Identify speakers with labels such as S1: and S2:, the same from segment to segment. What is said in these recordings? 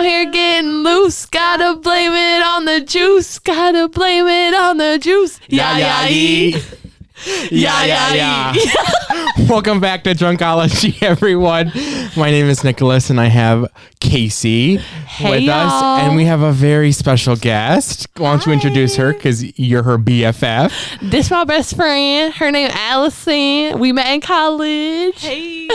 S1: here getting loose. Gotta blame it on the juice. Gotta blame it on the juice. Yeah, yeah, yeah.
S2: Yeah, yeah, yeah. Welcome back to Drunkology, everyone. My name is Nicholas, and I have Casey with
S1: y'all.
S2: us, and we have a very special guest. Why don't you introduce her? Because you're her BFF.
S1: This my best friend. Her name Allison. We met in college.
S3: Hey.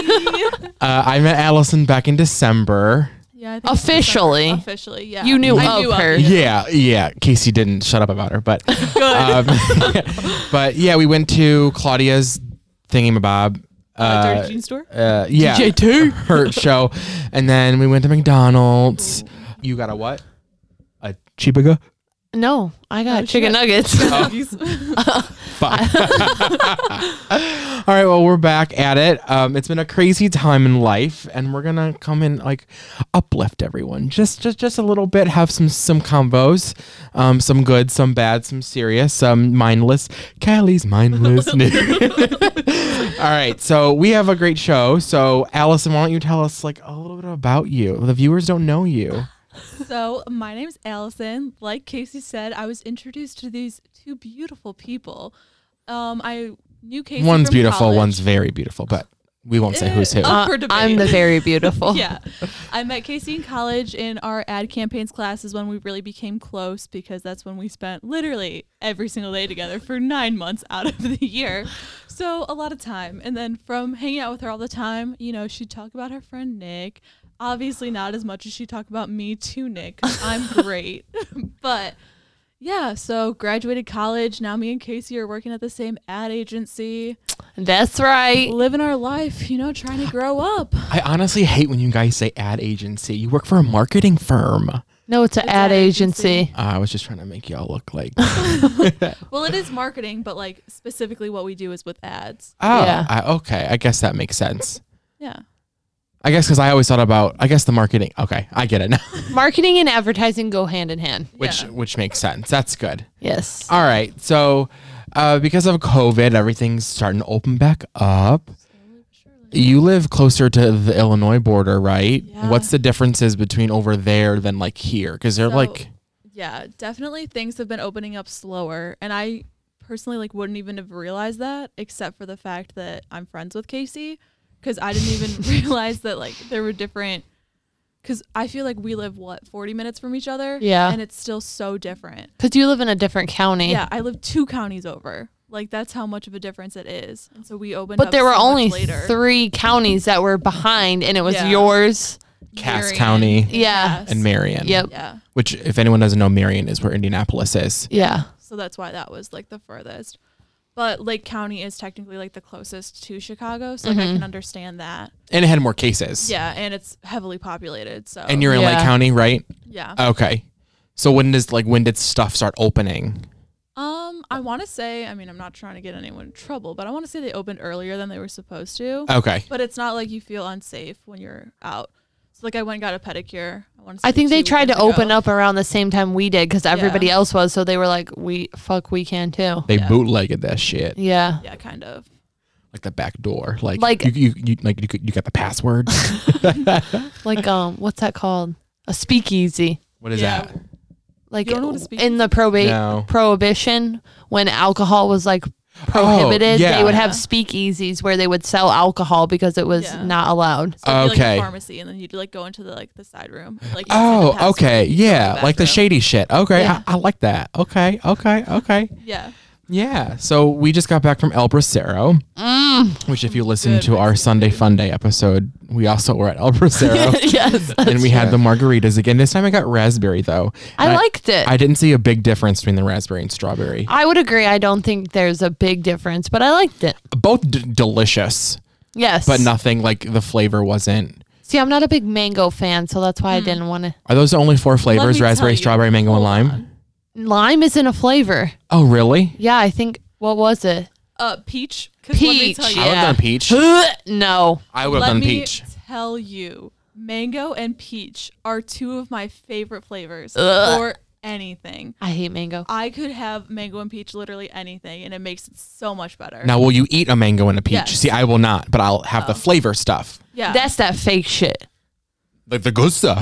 S2: Uh, I met Allison back in December.
S3: yeah, I think it's
S1: Officially.
S3: December. Officially, yeah.
S1: You knew
S3: I
S1: of her.
S3: you.
S2: Yeah, yeah. Casey didn't shut up about her, but
S3: Good.
S2: um, but yeah, we went to Claudia's thingamabob.
S3: Uh,
S2: Uh,
S3: Dirty Jean store.
S2: uh, yeah,
S1: DJ two.
S2: her show, and then we went to McDonald's. You got a what? A chipaga?
S1: No, I got
S3: Oh,
S1: chicken nuggets.
S3: shit.
S1: Uh,
S2: Fuck. All right, well, we're back at it. Um, it's been a crazy time in life, and we're gonna come and like uplift everyone, just just just a little bit. Have some some combos, um, some good, some bad, some serious, some mindless. Callie's mindless news. All right, so we have a great show. So, Allison, why don't you tell us like a little bit about you? The viewers don't know you.
S3: So my name's Allison. Like Casey said, I was introduced to these two beautiful people. Um, I knew Casey.
S2: one's
S3: from
S2: beautiful,
S3: college.
S2: one's very beautiful, but we won't say who's who.
S3: Uh, Up for debate.
S1: I'm the very beautiful.
S3: yeah. I met Casey in college in our ad campaigns class is when we really became close because that's when we spent literally every single day together for nine months out of the year. So a lot of time. And then from hanging out with her all the time, you know, she'd talk about her friend Nick. Obviously not as much as she talked about me to Nick. 'cause I'm great. but yeah, so graduated college. Now me and Casey are working at the same ad agency,
S1: That's right.
S3: living our life, you know, trying to grow up.
S2: I honestly hate when you guys say ad agency. You work for a marketing firm. Uh,
S1: No, it's an
S3: It's
S1: ad
S3: an
S1: agency.
S3: agency.
S2: I was just trying to make y'all look like.
S3: Well, it is marketing, but like specifically what we do is with ads.
S2: Oh,
S1: Yeah.
S2: I, okay. I guess that makes sense.
S3: Yeah.
S2: I guess because I always thought about. I guess the marketing. Okay, I get it now.
S1: Marketing and advertising go hand in hand.
S2: which
S3: Yeah.
S2: which makes sense. That's good.
S1: Yes.
S2: All right. So, uh, because of COVID, everything's starting to open back up. You live closer to the Illinois border, right?
S3: Yeah.
S2: What's the differences between over there than like here? Because they're
S3: So-
S2: like,
S3: Yeah, definitely things have been opening up slower and I personally like wouldn't even have realized that except for the fact that I'm friends with Casey cuz I didn't even realize that like there were different cuz I feel like we live what 40 minutes from each other
S1: Yeah.
S3: and it's still so different.
S1: Because you live in a different county.
S3: Yeah, I live two counties over. Like that's how much of a difference it is. And so we opened
S1: But
S3: up
S1: there were
S3: so much
S1: only
S3: later.
S1: three counties that were behind, and it was
S3: Yeah.
S1: yours.
S2: Cass
S3: Marion
S2: County
S1: Yeah.
S3: Cass.
S2: and Marion.
S1: Yep.
S3: Yeah.
S2: Which, if anyone doesn't know, Marion is where Indianapolis is.
S1: Yeah.
S3: So that's why that was like the furthest. But Lake County is technically like the closest to Chicago, so like I
S2: Mm-hmm.
S3: can understand that.
S2: and it had more cases.
S3: Yeah, and it's heavily populated, so
S2: And you're in Lake
S1: Yeah.
S2: County, right?
S3: yeah.
S2: Okay. So when does like when did stuff start opening?
S3: um, I want to say, I mean, I'm not trying to get anyone in trouble, but I want to say they opened earlier than they were supposed to.
S2: Okay.
S3: but it's not like you feel unsafe when you're out. So like I went and got a pedicure. I want to. Say
S1: I think they
S3: two
S1: tried to
S3: weekends ago.
S1: open up around the same time we did because everybody
S3: Yeah.
S1: else was. So they were like, we fuck, we can too.
S2: They
S3: Yeah.
S2: bootlegged that shit
S1: Yeah.
S3: Yeah, kind of.
S2: like the back door. Like,
S1: Like-
S2: you, you, you like you, could- you got the password.
S1: Like, um, what's that called? A speakeasy.
S2: what is
S3: Yeah.
S2: that?
S1: Like
S3: You don't know what a
S1: in the probate
S2: No. Oh,
S1: prohibition when alcohol was like prohibited,
S2: yeah.
S1: they would have
S3: Yeah.
S1: speakeasies where they would sell alcohol because it was
S3: Yeah.
S1: not allowed.
S3: So it'd be,
S2: Okay.
S3: Like a pharmacy, and then you'd like go into the like the side room. Like inside the
S2: Oh,
S3: pass-
S2: okay. Yeah, like the
S3: bathroom.
S2: shady shit. Okay.
S1: Yeah.
S2: I, I like that. Okay. Okay. Okay.
S3: Yeah.
S2: Yeah. So we just got back from El Bracero, which if you listen
S3: Good
S2: to our Sunday Fun Day episode, we also were at El Bracero.
S1: yes.
S2: and we had the margaritas again. This time I got raspberry though. And
S1: I liked it.
S2: I didn't see a big difference between the raspberry and strawberry.
S1: I would agree. I don't think there's a big difference, but I liked it.
S2: Both d- delicious,
S1: Yes.
S2: but nothing like the flavor wasn't.
S1: See, I'm not a big mango fan, so that's
S3: Hmm.
S1: why I didn't want to.
S2: Are those the only four
S3: Let me
S2: flavors?
S3: tell
S2: Raspberry,
S3: you.
S2: strawberry, mango, and
S3: Hold
S2: lime.
S3: on.
S1: Lime isn't a flavor.
S2: Oh, really?
S1: Yeah, I think. What was it?
S3: Uh, peach. 'Cause let me tell
S1: Peach.
S3: you-
S2: I would
S1: Yeah.
S2: have done peach.
S1: Ugh, no.
S2: I would have
S3: let
S2: done
S3: me
S2: peach.
S3: tell you, mango and peach are two of my favorite flavors
S1: Ugh.
S3: for anything.
S1: I hate mango.
S3: I could have mango and peach literally anything, and it makes it so much better.
S2: Now, will you eat a mango and a peach?
S3: Yes. Oh.
S2: See, I will not, but I'll have the flavor stuff.
S3: yeah,
S1: That's that fake shit.
S2: Like the good stuff.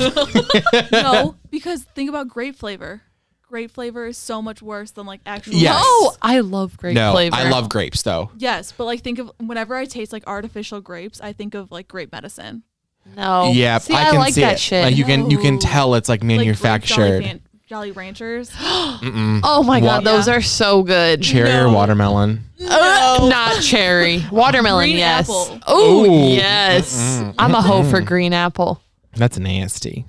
S3: no, because think about grape flavor. Grape flavor is so much worse than like actual.
S2: Yes.
S1: Oh, I love grape
S2: no,
S1: flavor.
S2: I love grapes though.
S3: Yes, but like think of whenever I taste like artificial grapes, I think of like grape medicine. Oh,
S1: No.
S2: yeah,
S1: See,
S2: I
S1: I,
S2: can
S1: like
S2: see
S1: that
S2: it.
S1: shit.
S2: Like you can you can
S3: No.
S2: tell it's like
S3: Like grape Jolly,
S2: manufactured.
S3: Fan- Jolly Ranchers.
S2: Mm-mm.
S1: oh my god,
S3: Wa-
S1: those are so good.
S2: Cherry or
S3: No.
S2: watermelon.
S1: Uh, not cherry. Watermelon,
S3: Green
S1: yes.
S3: apple.
S1: Oh,
S2: Ooh.
S1: yes. I'm a hoe for green apple.
S2: That's nasty.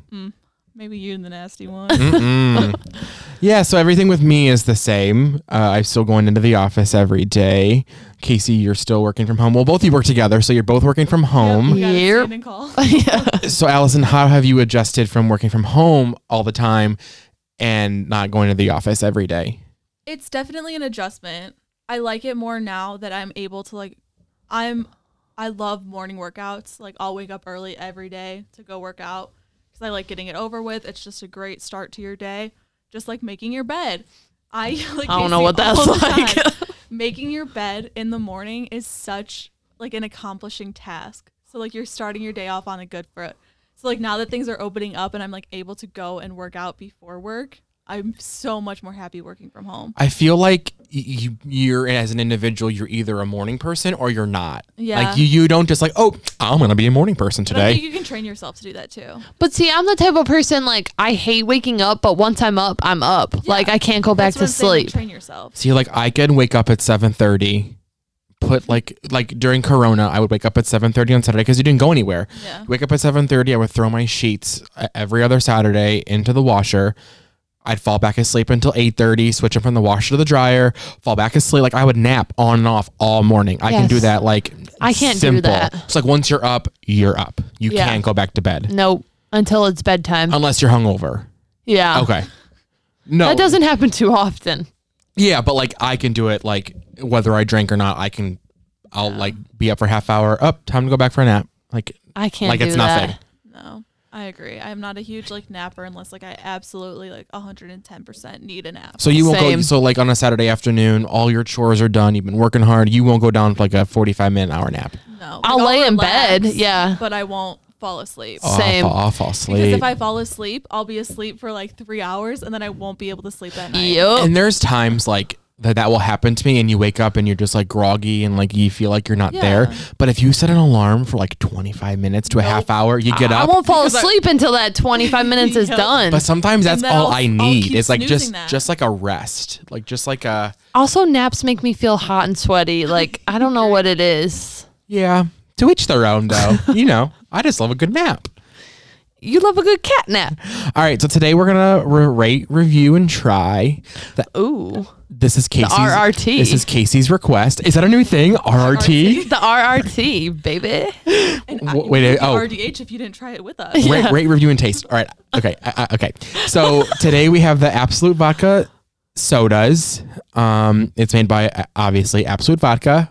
S3: Maybe you and the nasty one.
S2: Mm. yeah, so everything with me is the same. Uh, I'm still going into the office every day. Casey, you're still working from home. Well, both of you work together, so you're both working from home.
S3: We gotta
S1: Yep.
S3: stand and call.
S1: yeah.
S2: So, Allison, how have you adjusted from working from home all the time and not going to the office every day?
S3: It's definitely an adjustment. I like it more now that I'm able to like I'm I love morning workouts. Like I'll wake up early every day to go work out cuz I like getting it over with. It's just a great start to your day. Just like making your bed. I like
S1: I don't know
S3: Casey
S1: what that's
S3: all the
S1: like.
S3: time. making your bed in the morning is such like an accomplishing task. So like you're starting your day off on a good foot. So like now that things are opening up and I'm like able to go and work out before work, I'm so much more happy working from home.
S2: I feel like y- you, you're as an individual, you're either a morning person or you're not.
S3: Yeah.
S2: Like you, you don't just like, oh, I'm gonna be a morning person
S3: But I think
S2: today.
S3: you can train yourself to do that too.
S1: But see, I'm the type of person like I hate waking up, but once I'm up, I'm up. Like I can't go back
S3: That's what
S1: to
S3: I'm saying, like,
S1: sleep.
S3: Train yourself.
S2: See, like I can wake up at seven thirty. Put like like during Corona, I would wake up at seven thirty on Saturday because you didn't go anywhere.
S3: Yeah.
S2: Wake up at seven thirty. I would throw my sheets uh, every other Saturday into the washer. I'd fall back asleep until eight thirty. Switch them from the washer to the dryer. Fall back asleep. Like I would nap on and off all morning. I can do
S1: Yes.
S2: that. Like
S1: I can't do
S2: simple.
S1: that.
S2: It's like once you're up, you're up. You
S1: Yeah.
S2: can't go back to bed
S1: Nope. Until it's bedtime.
S2: unless you're hungover.
S1: yeah.
S2: Um, Okay. No,
S1: That doesn't happen too often.
S2: Yeah, but like I can do it like whether I drink or not, I can I'll like be up for half hour, up, time to go back for a nap. Like
S1: I can't
S2: like
S1: do
S2: it's
S1: that.
S2: nothing.
S3: No, I agree. I am not a huge like napper unless like I absolutely like 110% need a nap.
S2: So you won't go
S1: Same.
S2: so like on a Saturday afternoon, all your chores are done, you've been working hard, you won't go down for like a forty five minute hour nap.
S3: No.
S1: I'll
S3: Like,
S1: lay in
S3: relax,
S1: bed, yeah.
S3: But I won't fall asleep.
S2: Oh, I'll
S1: Same.
S2: fall- I'll fall
S3: Because
S2: asleep.
S3: if I fall asleep, I'll be asleep for like three hours and then I won't be able to sleep that night.
S1: Yup.
S2: and there's times like that that will happen to me and you wake up and you're just like groggy and like you feel like you're not there.
S3: Yeah.
S2: But if you set an alarm for like twenty five minutes to a half hour, you get
S1: I
S2: up.
S1: won't fall
S2: Because I-
S1: asleep until that 25 minutes is
S3: Yep.
S1: done.
S2: but sometimes that's
S3: And then
S2: all
S3: I'll-
S2: I
S3: I'll
S2: need.
S3: keep
S2: It's like
S3: snoozing
S2: just
S3: that.
S2: just like a rest. Like just like a
S1: Also, naps make me feel hot and sweaty. Like I don't know what it is.
S2: Yeah. To each their own, though. you know, I just love a good nap.
S1: You love a good cat nap.
S2: All right. So today we're going to re- rate, review, and try. The,
S1: Ooh.
S2: this is Casey's.
S1: RRT.
S2: This is Casey's request. Is that a new thing? RRT?
S1: The RRT, baby.
S3: And
S2: W- wait,
S3: you'd
S2: uh,
S3: be
S2: oh.
S3: RDH if you didn't try it with us.
S2: Rate, rate, review, and taste. All right. Okay. I, I- okay. So today we have the Absolute Vodka sodas. Um, it's made by uh, obviously Absolute Vodka.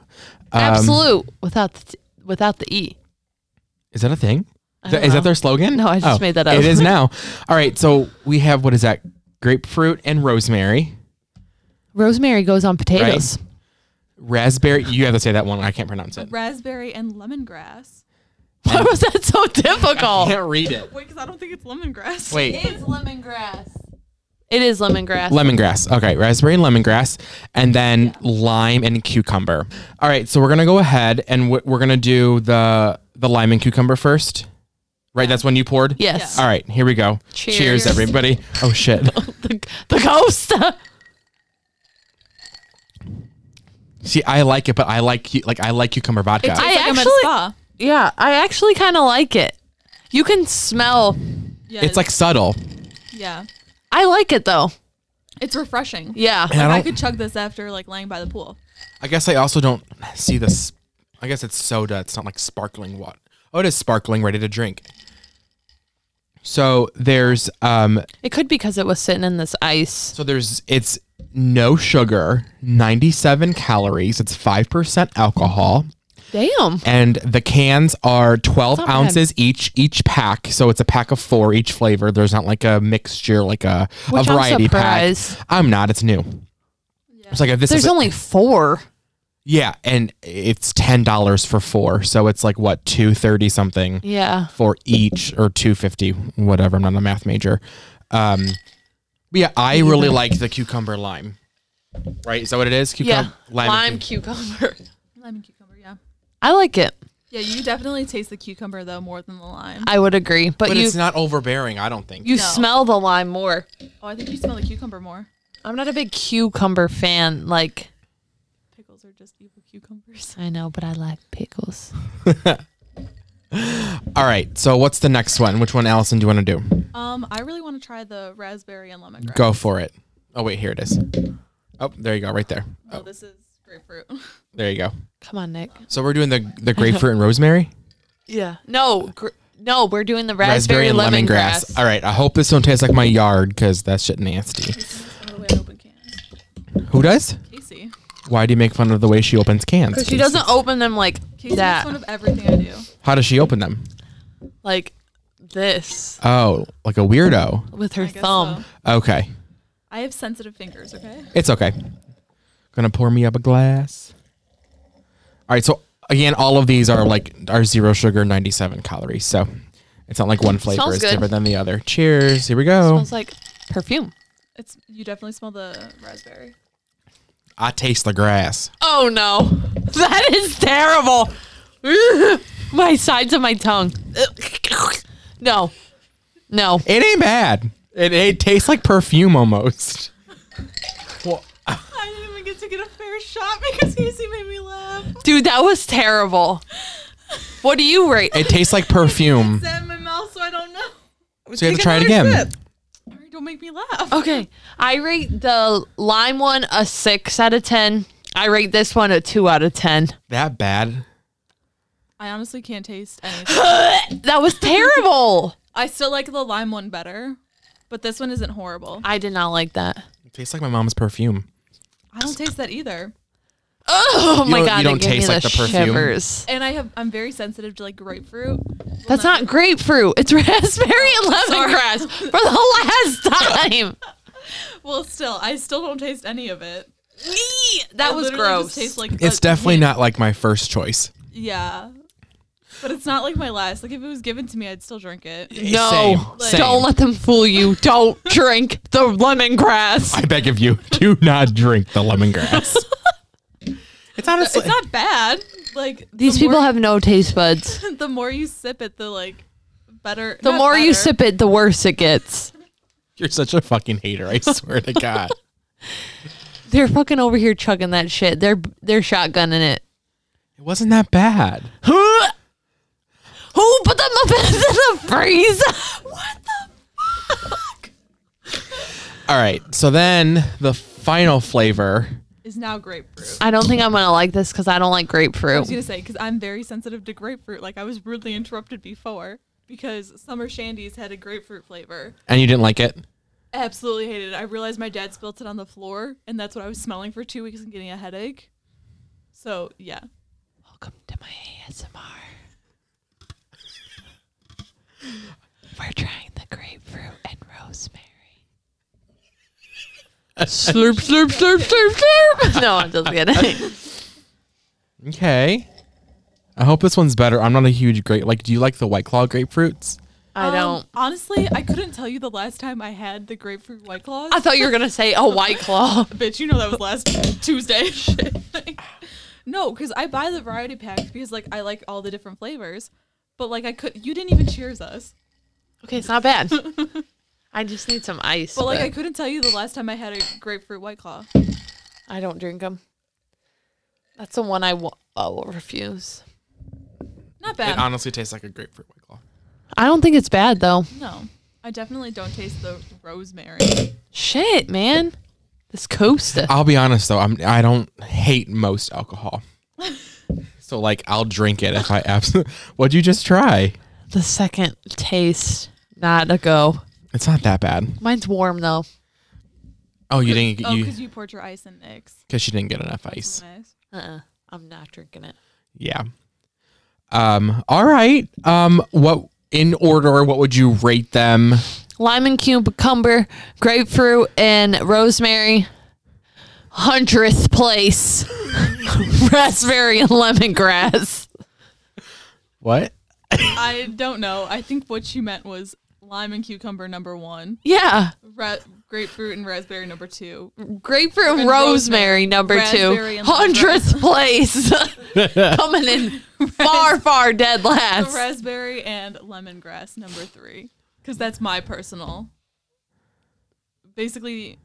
S2: Um,
S1: Absolute without the t- without the E.
S2: Is that a thing? Is that-
S1: don't
S2: is that
S1: know.
S2: their slogan? Oh,
S1: No, I just made that up.
S2: It is now. All right. So we have what is that? Grapefruit and rosemary.
S1: Rosemary goes on potatoes.
S2: raspberry. You have to say that one. I can't pronounce it.
S3: Raspberry and lemongrass.
S1: Why was that so difficult?
S2: can't read it.
S3: Wait, because I don't think it's lemongrass.
S2: Wait.
S1: is lemongrass. It is lemongrass.
S2: Lemongrass. Okay, raspberry and lemongrass, and then lime and cucumber. All right, so we're gonna go ahead and w- we're gonna do the the lime and cucumber first. Right, that's when you poured.
S1: yes.
S2: All right, here we go. Cheers,
S1: Cheers.
S2: everybody. Oh shit.
S1: The, the ghost.
S2: See, I like it, but I like cu- like I like cucumber vodka.
S3: It's
S1: I
S3: like I'm at a
S1: actually-
S3: spa.
S1: yeah, I actually kind of like it. You can smell.
S3: Yeah,
S2: it's like subtle.
S3: yeah,
S1: I like it though.
S3: it's refreshing.
S1: Yeah.
S2: I
S3: Like, I,
S2: don't-
S3: could chug this after like laying by the pool.
S2: I guess I also don't see this. I guess it's soda. It's not like sparkling water. Oh, it is sparkling, ready to drink. So there's um
S1: It could be because it was sitting in this ice.
S2: So there's it's no sugar, 97 calories, it's 5% alcohol,
S1: Damn.
S2: and the cans are 12
S1: Not bad.
S2: ounces each each pack. So it's a pack of 4 each flavor. There's not like a mixture like a, a
S1: Which I'm
S2: variety pack.
S1: surprised.
S2: I'm not, it's new. It's like if this
S1: There's
S2: is
S1: only four.
S2: Yeah, and it's ten dollars for four, so it's like what two thirty something
S1: Yeah.
S2: for each or two fifty, whatever. I'm not a math major. Um, but yeah, I really like the cucumber lime. Right, is that what it is?
S1: Yeah.
S2: Cucumber
S1: Lime,
S2: and
S1: cucumber.
S3: Lemon cucumber, yeah.
S1: I like it.
S3: Yeah, you definitely taste the cucumber though more than the lime.
S1: I would agree. But,
S2: But
S1: you
S2: it's not overbearing, I don't think.
S1: you
S3: No.
S1: smell the lime more.
S3: Oh, I think you smell the cucumber more.
S1: I'm not a big cucumber fan. Like
S3: Pickles are just evil cucumbers.
S1: I know, but I like pickles.
S2: All right, so what's the next one? Which one, Allison, do you want to do?
S3: Um, I really want to try the raspberry and lemongrass.
S2: Go for it. Oh wait, here it is. Oh, there you go, right there.
S3: Oh, this is grapefruit.
S2: There you go.
S1: Come on, Nick.
S2: So we're doing the the grapefruit and rosemary,
S1: Yeah. No. Gr- no, we're doing the raspberry, and lemongrass.
S2: All right, I hope this don't taste like my yard because that shit nasty.
S3: By the way, I open cans.
S2: Who does?
S3: Casey.
S2: Why do you make fun of the way she opens cans?
S1: She doesn't open them like
S3: Casey makes
S1: that.
S3: fun of everything I do.
S2: How does she open them?
S1: like this
S2: Oh, like a weirdo.
S1: with her
S3: I guess
S1: thumb.
S3: so.
S2: Okay,
S3: I have sensitive fingers, okay?
S2: it's okay. Gonna pour me up a glass. All right, so again, all of these are like are zero sugar, ninety seven calories. So it's not like one flavor
S1: Smells
S2: is
S1: good.
S2: different than the other. Cheers. Here we go.
S1: Smells like perfume.
S3: It's you definitely smell the raspberry.
S2: I taste the grass.
S1: Oh no, that is terrible. my sides of my tongue. No, no.
S2: It ain't bad. It, it tastes like perfume almost.
S3: I didn't even get to get a fair shot because Casey made me laugh.
S1: Dude, that was terrible. What do you rate?
S2: It tastes like perfume.
S3: It's in my mouth, so I don't know.
S2: So you have to try it again.
S3: Alright, Don't make me laugh.
S1: Okay, I rate the lime one a six out of ten. I rate this one a two out of ten.
S2: That bad.
S3: I honestly can't taste anything.
S1: That was terrible.
S3: I still like the lime one better, but this one isn't horrible.
S1: I did not like that.
S2: It tastes like my mom's perfume.
S3: I don't taste that either.
S1: Oh
S2: You
S1: my
S2: don't-
S1: god,
S2: you
S1: that
S2: don't
S1: gave me
S2: taste like the perfume.
S1: shivers.
S3: And I have I'm very sensitive to like grapefruit.
S1: That's not grapefruit. It's raspberry and lemongrass for the last time.
S3: Well, still, I still don't taste any of it.
S1: that
S3: It
S1: was
S3: literally
S1: gross.
S3: Just tastes like
S2: It's
S3: a-
S2: definitely not like my first choice.
S3: Yeah. But it's not like my last. Like if it was given to me, I'd still drink it.
S1: no,
S2: Same, same.
S1: don't let them fool you. Don't drink the lemongrass.
S2: I beg of you, do not drink the lemongrass. it's honestly
S3: It's not bad. Like
S1: These
S3: the
S1: people
S3: more,
S1: have no taste buds.
S3: have the more you sip it, the like better.
S1: The
S3: not
S1: more you
S3: better.
S1: sip it, the worse it gets.
S2: you're such a fucking hater. I swear to God.
S1: They're fucking over here chugging that shit. They're they're shotgunning it.
S2: It wasn't that bad.
S1: Who who put the muffins in the freezer? What the fuck?
S2: All right. So then the final flavor.
S3: is now grapefruit.
S1: I don't think I'm gonna like this because I don't like
S3: I
S1: grapefruit.
S3: was gonna say because I'm very sensitive to grapefruit. Like I was rudely interrupted before because summer shandies had a grapefruit flavor.
S2: And you didn't like it?
S3: I absolutely hated it. I realized my dad spilt it on the floor, and that's what I was smelling for two weeks and getting a headache. So yeah,
S1: Welcome to my ASMR. We're trying the grapefruit and rosemary. slurp, slurp, slurp, slurp, slurp. No, I'm just kidding.
S2: Okay. I hope this one's better. I'm not a huge grape. Like, do you like the White Claw grapefruits?
S1: I
S3: Um,
S1: don't.
S3: honestly, I couldn't tell you the last time I had the grapefruit white claws.
S1: I thought you were gonna say a white claw.
S3: Bitch, you know that was last Tuesday. no, because I buy the variety packs because like I like all the different flavors, but like I could, you didn't even cheers us.
S1: Okay, it's not bad. I just need some ice.
S3: But like I
S1: but
S3: couldn't tell you the last time I had a grapefruit white claw.
S1: I don't drink them. That's the one I wa- I will refuse.
S3: Not bad.
S2: honestly tastes like a grapefruit White Claw.
S1: I don't think it's bad though.
S3: no, I definitely don't taste the rosemary.
S1: Shit, man. This Costa.
S2: I'll be honest though, I'm I don't hate most alcohol. so like I'll drink it if I absolutely. What'd you just try?
S1: The second taste, not a go.
S2: It's not that bad.
S1: Mine's warm though.
S2: Oh, you didn't
S3: Oh,
S2: get
S3: because
S2: you
S3: you poured your ice in Nick's.
S2: because she didn't get enough ice.
S3: Nice.
S1: Uh-uh. I'm not drinking it.
S2: Yeah. Um. All right. Um. What in order? What would you rate them?
S1: Lime and cucumber, grapefruit and rosemary. Hundredth place. raspberry and lemongrass.
S2: What?
S3: I don't know. I think what she meant was lime and cucumber number one,
S1: Yeah.
S3: ra- grapefruit and raspberry number two.
S1: Grapefruit and,
S3: And
S1: rosemary,
S3: rosemary.
S1: number
S3: Raspberry
S1: two.
S3: and
S1: Hundredth place. Coming in far, far dead
S3: The
S1: last.
S3: raspberry and lemongrass number three, because that's my personal. Basically,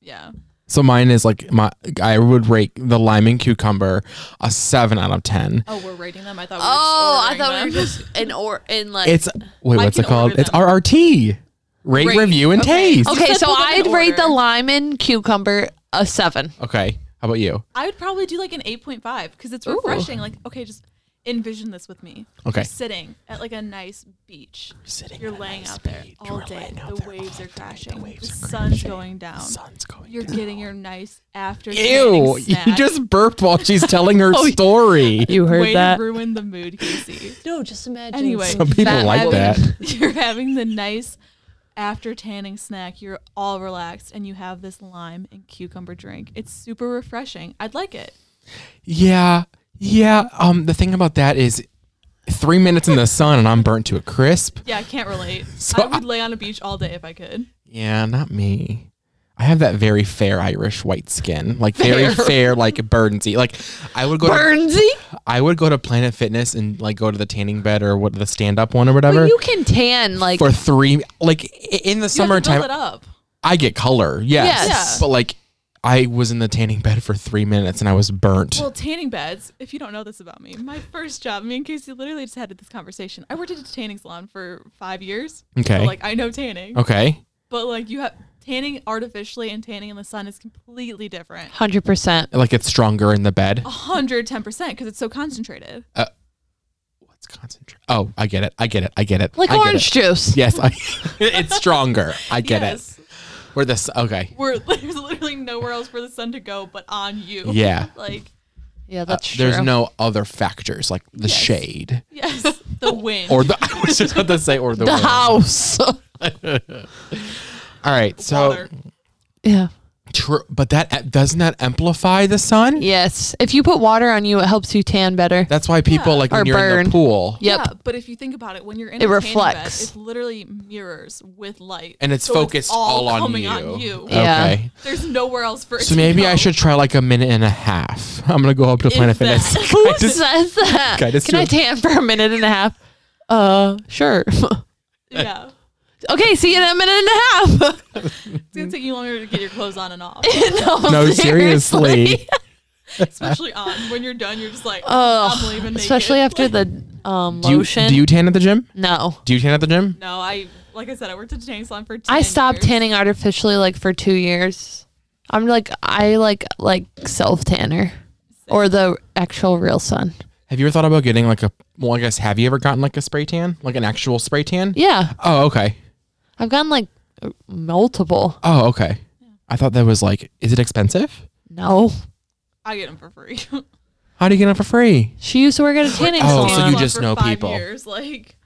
S3: yeah.
S2: So mine is like my. I would rate the lime and cucumber a seven out of ten.
S3: Oh, we're rating them. I thought. We were
S1: Oh, I
S3: just ordering
S1: thought we were
S3: them.
S1: just in or in like
S2: It's wait,
S3: I
S2: what's
S3: can
S2: it called?
S3: order
S2: It's
S3: them.
S2: RRT. Rate,
S3: Rate.
S2: review, and
S3: Okay.
S2: taste.
S1: Okay,
S3: said
S1: so
S3: put them in
S1: I'd rate the
S3: order.
S1: lime and cucumber a seven.
S2: Okay. How about you?
S3: I would probably do like an 8.5 because it's
S1: Ooh.
S3: refreshing. Like, okay, just envision this with me.
S2: Okay.
S3: You're sitting at like a nice beach.
S2: Sitting
S3: You're
S2: on a
S3: laying
S2: nice
S3: out there
S2: beach.
S3: all
S2: You're
S3: day.
S2: laying out
S3: The
S2: there
S3: waves
S2: all
S3: are
S2: day. The
S3: crashing. The,
S2: waves are
S3: sun's
S2: crashing.
S3: going down.
S2: The sun's going
S3: You're
S2: down.
S3: getting your nice after
S2: Ew!
S3: ew.
S2: You just burped while she's telling
S3: Oh,
S2: her story.
S1: You heard
S3: Way
S1: that?
S3: to ruin the mood, Casey.
S1: No, just imagine.
S3: Anyway,
S2: Some people
S1: Fat
S2: like
S1: woman.
S2: that.
S3: you're having the nice after tanning snack. You're all relaxed and you have this lime and cucumber drink. It's super refreshing. I'd like it.
S2: Yeah, yeah. Um, the thing about that is, three minutes in the sun and I'm burnt to a crisp.
S3: Yeah, I can't relate.
S2: So
S3: I would lay on a beach all day if I could.
S2: Yeah, not me. I have that very fair Irish white skin, like very
S1: Fair.
S2: fair, like Burnsy. Like I would go, to,
S1: Burnsy.
S2: I would go to Planet Fitness and like go to the tanning bed or what the stand up one or whatever
S1: But you can tan like
S2: for three. Like i- in the
S3: You have to build it
S2: summertime,
S3: up.
S2: I get color, yes,
S1: Yes.
S2: but like I was in the tanning bed for three minutes and I was burnt.
S3: Well, tanning beds, if you don't know this about me, my first job, me and Casey literally just had this conversation. I worked at a tanning salon for five years.
S2: Okay.
S3: So, like, I know tanning.
S2: okay,
S3: But, like, you have tanning artificially and tanning in the sun is completely different.
S1: hundred percent.
S2: like it's stronger in the bed.
S3: Oh, 110% because it's so concentrated.
S2: What's concentrate? Oh, I get it. I get it. I get it.
S1: Like
S2: I get
S1: orange
S2: it.
S1: juice.
S2: Yes, I, it's stronger. I get it. We're this okay.
S3: We're, there's literally nowhere else for the sun to go but on you.
S2: Yeah.
S3: Like,
S1: Yeah,
S2: Uh,
S1: that's
S2: there's
S1: true.
S2: no other factors like the
S3: Yes.
S2: shade
S3: yes, the wind.
S2: or the. I was just about to say or the,
S1: the
S2: wind.
S1: house.
S2: All right, so
S3: Water.
S1: yeah.
S2: true, but that e, doesn't that amplify the sun?
S1: Yes. If you put water on you, it helps you tan better.
S2: That's why people
S3: Yeah.
S2: like
S1: Or
S2: when you're in
S1: burn.
S2: the pool
S1: Yep.
S3: Yeah, but if you think about it, when you're in
S1: It
S3: a tanning bed,
S1: reflects.
S3: it's literally mirrors with light,
S2: and it's
S3: So
S2: focused all, on,
S3: coming
S2: you.
S3: on you.
S1: Yeah.
S2: Okay,
S3: There's nowhere else for it.
S2: so
S3: to
S2: maybe
S3: go.
S2: I should try like a minute and a half. I'm gonna go up to
S3: If
S2: Planet
S3: that.
S2: Fitness.
S1: Who
S2: I just-
S1: says that?
S2: Okay, just
S1: Can I
S2: do
S1: tan for a minute and a half? Uh, sure.
S3: Yeah,
S1: okay, see you in a minute and a half.
S3: it's gonna take you longer to get your clothes on and off,
S1: no,
S2: no, seriously.
S3: especially on. When you're done, you're just like,
S1: Ugh,
S3: I'm leaving. Naked.
S1: especially after the um,
S2: Do you,
S1: lotion.
S2: do you tan at the gym?
S1: no.
S2: Do you tan at the gym?
S3: No, I like I said, I worked at a tanning salon for. 10
S1: I stopped
S3: years.
S1: tanning artificially like for two years. I'm like I like like self tanner or the actual real sun.
S2: Have you ever thought about getting like a? Well, I guess have you ever gotten like a spray tan, like an actual spray tan?
S1: Yeah,
S2: Oh, okay.
S1: I've gotten like multiple.
S2: Oh, okay. I thought that was like, is it expensive?
S1: No,
S3: I get them for free.
S2: How do you get it for free?
S1: she used to work at a tanning salon.
S2: Oh, so you just
S3: for
S2: know
S3: five
S2: people.
S3: Years, like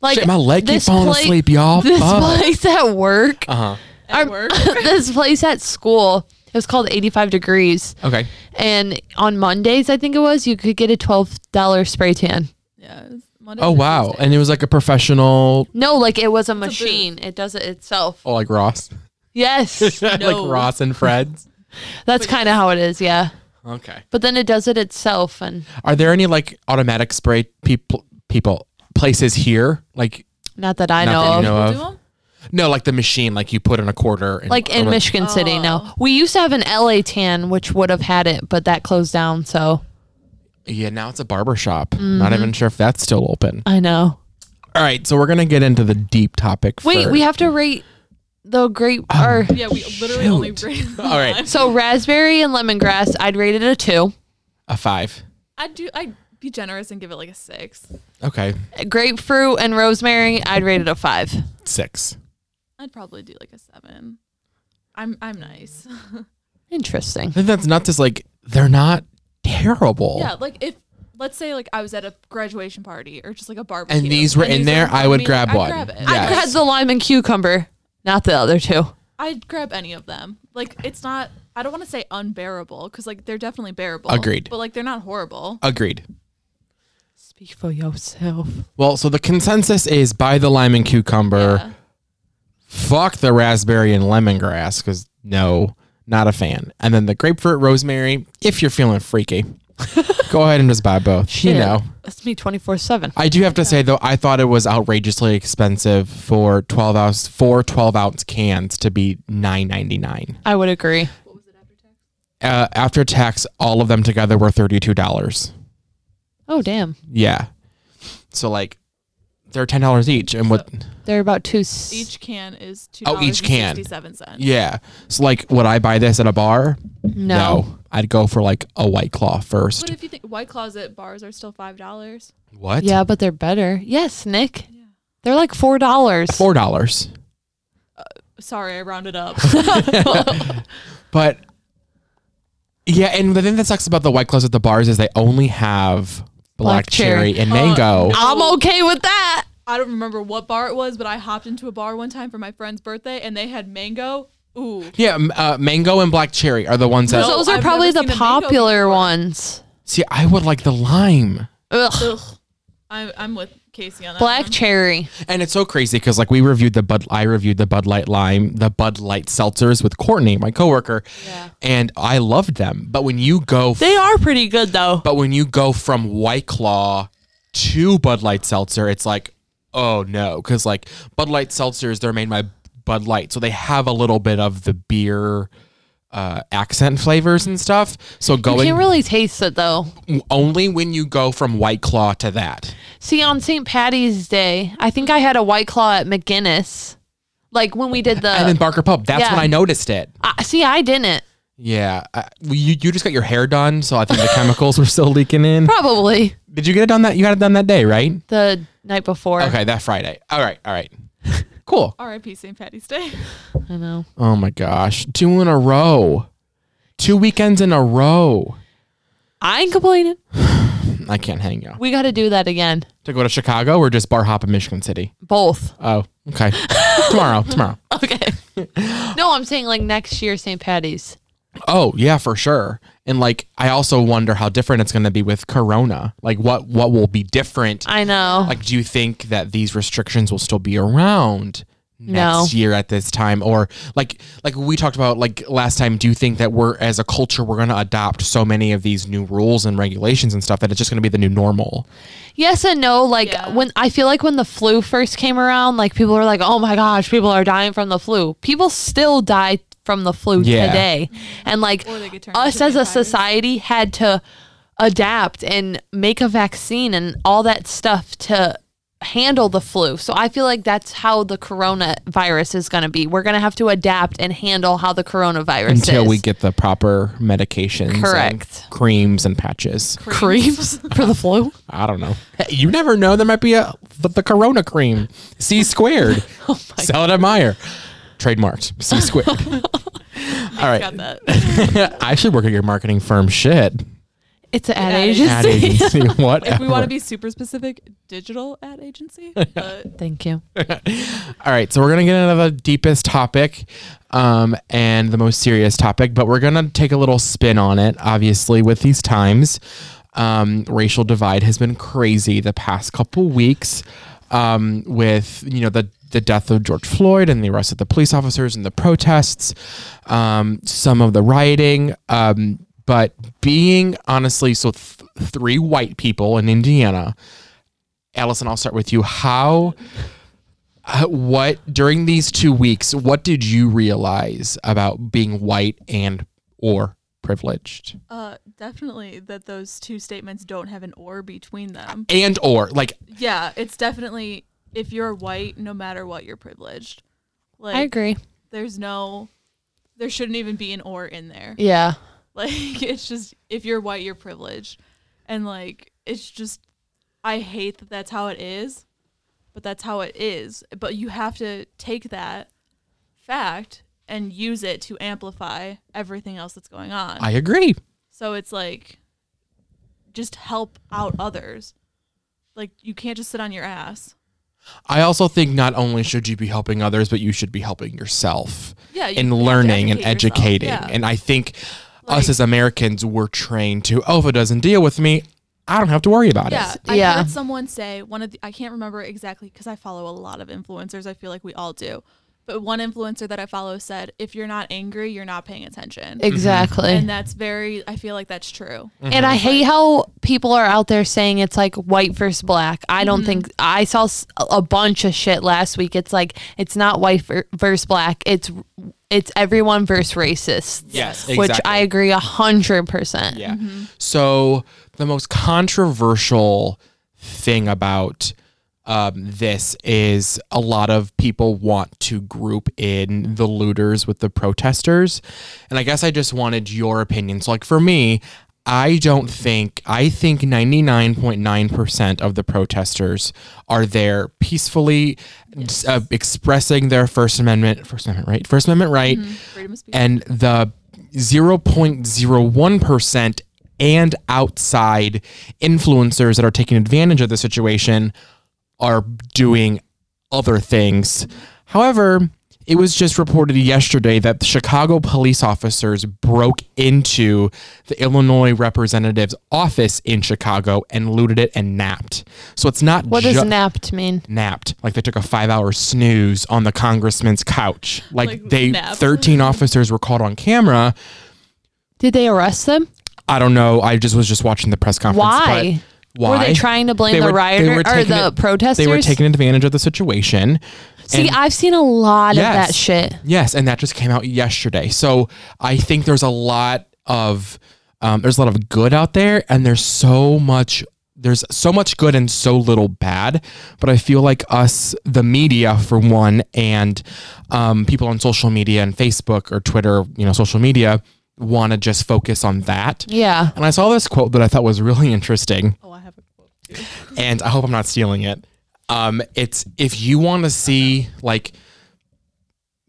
S1: like
S2: Shit, my leg keeps
S1: this
S2: falling
S1: pla-
S2: asleep, y'all.
S1: This
S2: Fuck.
S1: place at work,
S2: Uh huh.
S3: at
S1: Our-
S3: work.
S1: this place at school. It was called 85 degrees,
S2: Okay.
S1: and on Mondays I think it was you could get a twelve dollar spray tan.
S3: yeah. it's Monday
S2: Oh
S3: through
S2: wow,
S3: Tuesday.
S2: and it was like a professional,
S1: No, like it was a
S3: booth.
S1: machine. it does it itself.
S2: oh, like Ross,
S1: Yes,
S3: No.
S2: like Ross and Fred's.
S1: that's kind of how it is. Yeah.
S2: Okay.
S1: But then it does it itself, and
S2: Are there any like automatic spray people people places here? Like
S1: not that I
S2: Not
S1: know
S2: that you
S1: of.
S2: know
S3: People
S2: of.
S3: do 'em?
S2: no, like the machine, like you put in a quarter. And,
S1: Like in
S2: or,
S1: Michigan City, no.
S3: Oh.
S1: We used to have an LA tan, which would have had it, but that closed down. So
S2: Yeah, now it's a barber shop. Not even sure if that's still open.
S1: I know.
S2: All right, so we're gonna get into the deep topic.
S1: Wait,
S2: first.
S1: we have to rate the grape.
S2: Um,
S1: or
S3: Yeah, we literally only
S2: Shoot.
S3: rated the
S2: All right.
S3: lime.
S1: so raspberry and lemongrass. I'd rate it a two.
S2: a five.
S3: I'd do. I'd be generous and give it like a six.
S2: Okay,
S1: Grapefruit and rosemary. I'd rate it a five.
S2: six.
S3: I'd probably do like a seven. I'm I'm nice.
S1: Interesting.
S2: I think that's nuts. Is like they're not terrible.
S3: Yeah, like if let's say like I was at a graduation party or just like a barbecue,
S2: And these were in
S3: these
S2: there,
S3: were in front
S2: I
S3: of
S2: would
S3: me,
S2: grab
S3: I'd
S2: one.
S3: Grab it.
S2: Yes.
S1: I had the lime and cucumber, not the other two.
S3: I'd grab any of them. Like it's not. I don't want to say unbearable because like they're definitely bearable.
S2: Agreed.
S3: But like they're not horrible.
S2: Agreed.
S1: Speak for yourself.
S2: Well, so the consensus is buy the lime and cucumber.
S3: Yeah.
S2: Fuck the raspberry and lemongrass because no, not a fan. And then the grapefruit rosemary, if you're feeling freaky, go ahead and just buy both. You know.
S1: That's me 24 7.
S2: I do have to say though, I thought it was outrageously expensive for twelve ounce four 12 ounce cans to be nine ninety nine.
S1: I would agree.
S2: Uh, after tax, all of them together were thirty two dollars.
S1: Oh, damn.
S2: Yeah. So like they're ten dollars each. And what
S1: They're about two. S-
S3: Each can is two.
S2: Oh, each can.
S3: Sixty-seven cents.
S2: yeah. So like would I buy this at a bar?
S1: no.
S2: I'd go for like a white claw
S3: But
S2: first.
S3: if you think White Closet bars are still five dollars,
S2: What?
S1: Yeah, but they're better. Yes, Nick.
S3: Yeah.
S1: They're like four dollars.
S2: Four dollars.
S3: sorry, I rounded up.
S2: But yeah, and the thing that sucks about the white claws at the bars is they only have black,
S1: Black
S2: cherry,
S1: cherry.
S2: and mango.
S1: I'm okay with that.
S3: I don't remember what bar it was, but I hopped into a bar one time for my friend's birthday and they had mango. Ooh,
S2: Yeah, m- uh, mango and black cherry are the ones that.
S3: No,
S1: Those are
S3: I've
S1: probably
S3: never
S1: the
S3: seen a mango
S1: popular
S3: before.
S1: ones.
S2: See, I would like the lime,
S1: Ugh.
S3: ugh. I'm I'm with Casey on that.
S1: Black
S3: one.
S1: cherry.
S2: and it's so crazy because like we reviewed the Bud, I reviewed the Bud Light lime, the Bud Light seltzers with Courtney, my coworker, and I loved them. But when you go
S1: They are pretty good though.
S2: But when you go from White Claw to Bud Light Seltzer, it's like, oh no, because like Bud Light Seltzers, they're made by Bud Light, so they have a little bit of the beer uh, accent flavors and stuff. So
S1: You
S2: going
S1: can't really taste it though.
S2: only when you go from White Claw to that.
S1: See, on St. Patty's Day, I think I had a white claw at McGinnis. Like when we did the.
S2: and then Barker Pub, that's
S1: Oh. yeah.
S2: when I noticed it.
S1: I- see, I didn't.
S2: Yeah, I, well, you you just got your hair done, so I think the chemicals were still leaking in.
S1: Probably
S2: Did you get it done that you had it done that day, right?
S1: the night before.
S2: Okay, that Friday. All right, all right, cool.
S3: R.I.P. St. Patty's Day.
S1: I know.
S2: Oh my gosh. Two in a row. Two weekends in a row.
S1: I ain't complaining.
S2: I can't hang out.
S1: We got to do that again.
S2: To go to Chicago or just bar hop in Michigan City?
S1: Both.
S2: Oh, okay. tomorrow, tomorrow.
S1: Okay. no, I'm saying like next year, St. Patty's.
S2: Oh, yeah, for sure. And like I also wonder how different it's going to be with corona. Like what what will be different?
S1: I know.
S2: Like do you think that these restrictions will still be around?
S1: No.
S2: next year at this time or like like we talked about like last time do you think that we're as a culture we're going to adopt so many of these new rules and regulations and stuff that it's just going to be the new normal
S1: Yes and no. Like
S3: Yeah.
S1: when I feel like when the flu first came around, like people were like, "Oh my gosh, people are dying from the flu." People still die from the flu
S2: Yeah.
S1: today, and like
S3: Or they could turn
S1: us
S3: into
S1: as a
S3: vampires.
S1: society had to adapt and make a vaccine and all that stuff to handle the flu. So I feel like that's how the coronavirus is going to be. We're going to have to adapt and handle how the coronavirus
S2: until
S1: is.
S2: we get the proper medications, and
S1: Correct.
S2: creams and patches.
S1: creams for the flu.
S2: I don't know. Hey, you never know. There might be a the, the Corona cream, C squared.
S1: Oh
S2: Sell it at Meyer, trademarked C squared. All right,
S3: Got that.
S2: I should work at your marketing firm. Shit,
S1: It's an ad
S3: ad
S1: agency.
S2: ad agency, what?
S3: If we want to be super specific, digital ad agency. But
S1: Thank you.
S2: All right, so we're gonna get into the deepest topic, um, and the most serious topic, but we're gonna take a little spin on it. Obviously, with these times, um, racial divide has been crazy the past couple weeks, um, with you know the the death of George Floyd and the arrest of the police officers and the protests, um, some of the rioting, um, but being honestly, so th- three white people in Indiana. Allison, I'll start with you. How uh, what during these two weeks what did you realize about being white and or privileged
S3: uh, definitely that those two statements don't have an or between them.
S2: and or like
S3: Yeah, it's definitely if you're white, no matter what, you're privileged. Like
S1: I agree.
S3: there's no there shouldn't even be an or in there.
S1: Yeah.
S3: Like it's just if you're white, you're privileged. And like it's just I hate that that's how it is, but that's how it is. But you have to take that fact and use it to amplify everything else that's going on.
S2: i agree
S3: So it's like just help out others. Like you can't just sit on your ass.
S2: I also think not only should you be helping others, but you should be helping yourself
S3: Yeah, you
S2: in
S3: have to
S2: learning and
S3: educate yourself.
S2: educating.
S3: Yeah.
S2: And I think us
S3: Like-
S2: as Americans were trained to, oh, if it doesn't deal with me, I don't have to worry about
S3: Yeah,
S2: it.
S3: I
S1: Yeah.
S3: heard someone say one of the, I can't remember exactly because I follow a lot of influencers. I feel like we all do, but one influencer that I follow said, "If you're not angry, you're not paying attention,"
S2: Mm-hmm.
S1: Exactly.
S3: and that's very. I feel like that's true.
S1: And I hate how people are out there saying it's like white versus black. I
S2: Mm-hmm.
S1: don't think I saw s- a bunch of shit last week. It's like it's not white ver- versus black. It's it's everyone versus racists.
S2: Yes,
S1: which
S2: exactly.
S1: I agree a hundred percent.
S2: Yeah.
S3: Mm-hmm.
S2: So the most controversial thing about um, this is a lot of people want to group in the looters with the protesters. And I guess I just wanted your opinion. So, like, for me, I don't think, I think 99.9% of the protesters are there peacefully uh, expressing their First Amendment, First Amendment right, First Amendment right,
S3: Mm-hmm. Freedom of speech.
S2: and the 0.01% and outside influencers that are taking advantage of the situation are doing other things. However, it was just reported yesterday that the Chicago police officers broke into the Illinois representative's office in Chicago and looted it and napped. So it's not
S1: What
S2: ju-
S1: does napped mean?
S2: napped. Like they took a five hour snooze on the congressman's couch. Like,
S3: Like,
S2: they,
S3: napped.
S2: 13 officers were caught on camera.
S1: Did they arrest them?
S2: I don't know. I just was just watching the press conference.
S1: Why?
S2: But why?
S1: Were they trying to blame
S2: They
S1: the
S2: were- they
S1: rioter
S2: were
S1: or
S2: taking
S1: the
S2: it-
S1: protesters?
S2: They were taking advantage of the situation.
S1: See,
S2: and-
S1: I've seen a lot of that shit.
S2: Yes, and that just came out yesterday. So I think there's a lot of um, there's a lot of good out there, and there's so much there's so much good and so little bad. But I feel like us, the media for one, and um, people on social media and Facebook or Twitter, you know, social media, want to just focus on that.
S1: Yeah.
S2: And I saw this quote that I thought was really interesting
S3: oh, I have a quote.
S2: and I hope I'm not stealing it. Um, it's if you want to see like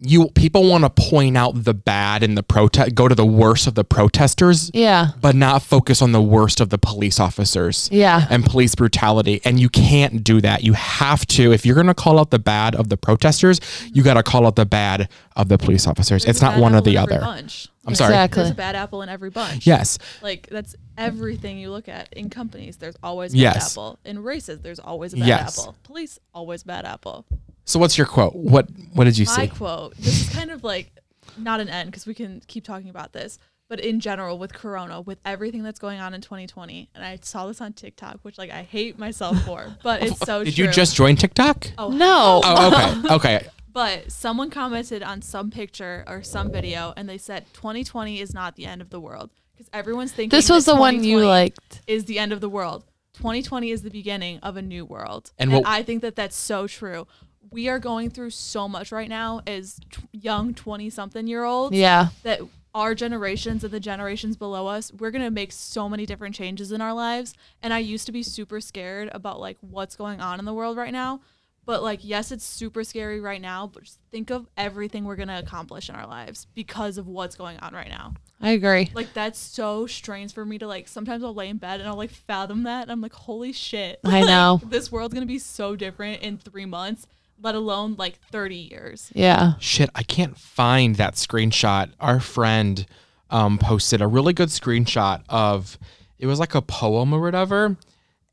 S2: you people want to point out the bad in the protest, go to the worst of the protesters,
S1: Yeah.
S2: but not focus on the worst of the police officers
S1: Yeah.
S2: and police brutality. And you can't do that. You have to if you're gonna call out the bad of the protesters, you got to call out the bad of the police officers.
S3: Mm-hmm. There's
S2: it's
S3: a
S2: not
S3: bad
S2: one or
S3: apple in
S2: the
S3: every
S2: other.
S3: Bunch.
S2: I'm sorry.
S1: Exactly.
S3: There's a bad apple in every bunch.
S2: Yes,
S3: Like that's everything you look at in companies. There's always a bad
S2: Yes.
S3: apple. In races, there's always a bad
S2: Yes.
S3: apple. Police, always bad apple.
S2: So what's your quote? What what did you
S3: My
S2: see?
S3: quote. This is kind of like not an end because we can keep talking about this, but in general with Corona, with everything that's going on in 2020, and I saw this on TikTok, which like I hate myself for, but it's so.
S2: Did
S3: true.
S2: you just join TikTok?
S3: Oh,
S1: No.
S2: Oh, okay. Okay.
S3: But someone commented on some picture or some video, and they said 2020 is not the end of the world because everyone's thinking
S1: this was
S3: that
S1: the one you
S3: 2020
S1: liked.
S3: is the end of the world. 2020 is the beginning of a new world.
S2: And
S3: And,
S2: what-
S3: I think that that's so true. We are going through so much right now as t- young 20 something year olds
S1: Yeah.
S3: that our generations and the generations below us, we're going to make so many different changes in our lives. And I used to be super scared about like what's going on in the world right now. But like, yes, it's super scary right now, but just think of everything we're going to accomplish in our lives because of what's going on right now
S1: I agree.
S3: like that's so strange for me to like sometimes i'll lay in bed and i'll like fathom that and i'm like holy shit
S1: I know.
S3: this world's gonna be so different in three months let alone like 30 years
S1: Yeah.
S2: Shit, I can't find that screenshot. Our friend um, posted a really good screenshot of it was like a poem or whatever,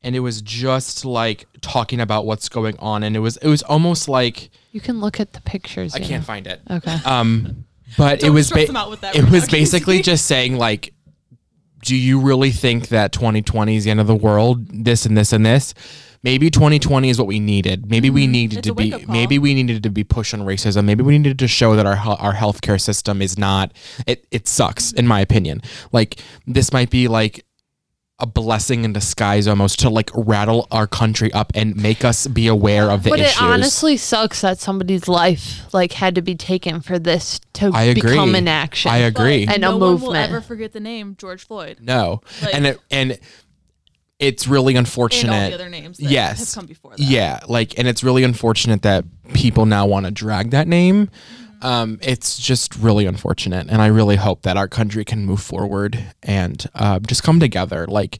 S2: and it was just like talking about what's going on, and it was it was almost like
S1: You can look at the pictures.
S2: I can't find it.
S1: Okay.
S2: Um, but it
S3: Don't
S2: was
S3: stress
S2: ba-
S3: him out with that
S2: it
S3: right
S2: was
S3: now,
S2: basically
S3: Casey.
S2: just saying like, do you really think that 2020 is the end of the world? This and this and this. Maybe 2020 is what we needed. Maybe we needed
S3: Mm-hmm. It's
S2: to
S3: a
S2: be.
S3: wake-up call.
S2: Maybe we needed to be pushed on racism. Maybe we needed to show that our hel- our healthcare system is not. It it sucks in my opinion. Like this might be like a blessing in disguise almost to like rattle our country up and make us be aware of the
S1: But
S2: issues.
S1: it honestly sucks that somebody's life like had to be taken for this to
S2: I agree.
S1: become an action.
S2: I agree.
S1: And a
S3: no one will
S1: movement.
S3: ever forget the name george floyd
S2: No,
S3: Like-
S2: and it, and it's really
S3: and
S2: unfortunate.
S3: all the other names that
S2: Yes.
S3: have come before that
S2: yeah, like, and it's really unfortunate that people now want to drag that name.
S3: Mm-hmm.
S2: Um, it's just really unfortunate, and I really hope that our country can move forward and uh, just come together. Like,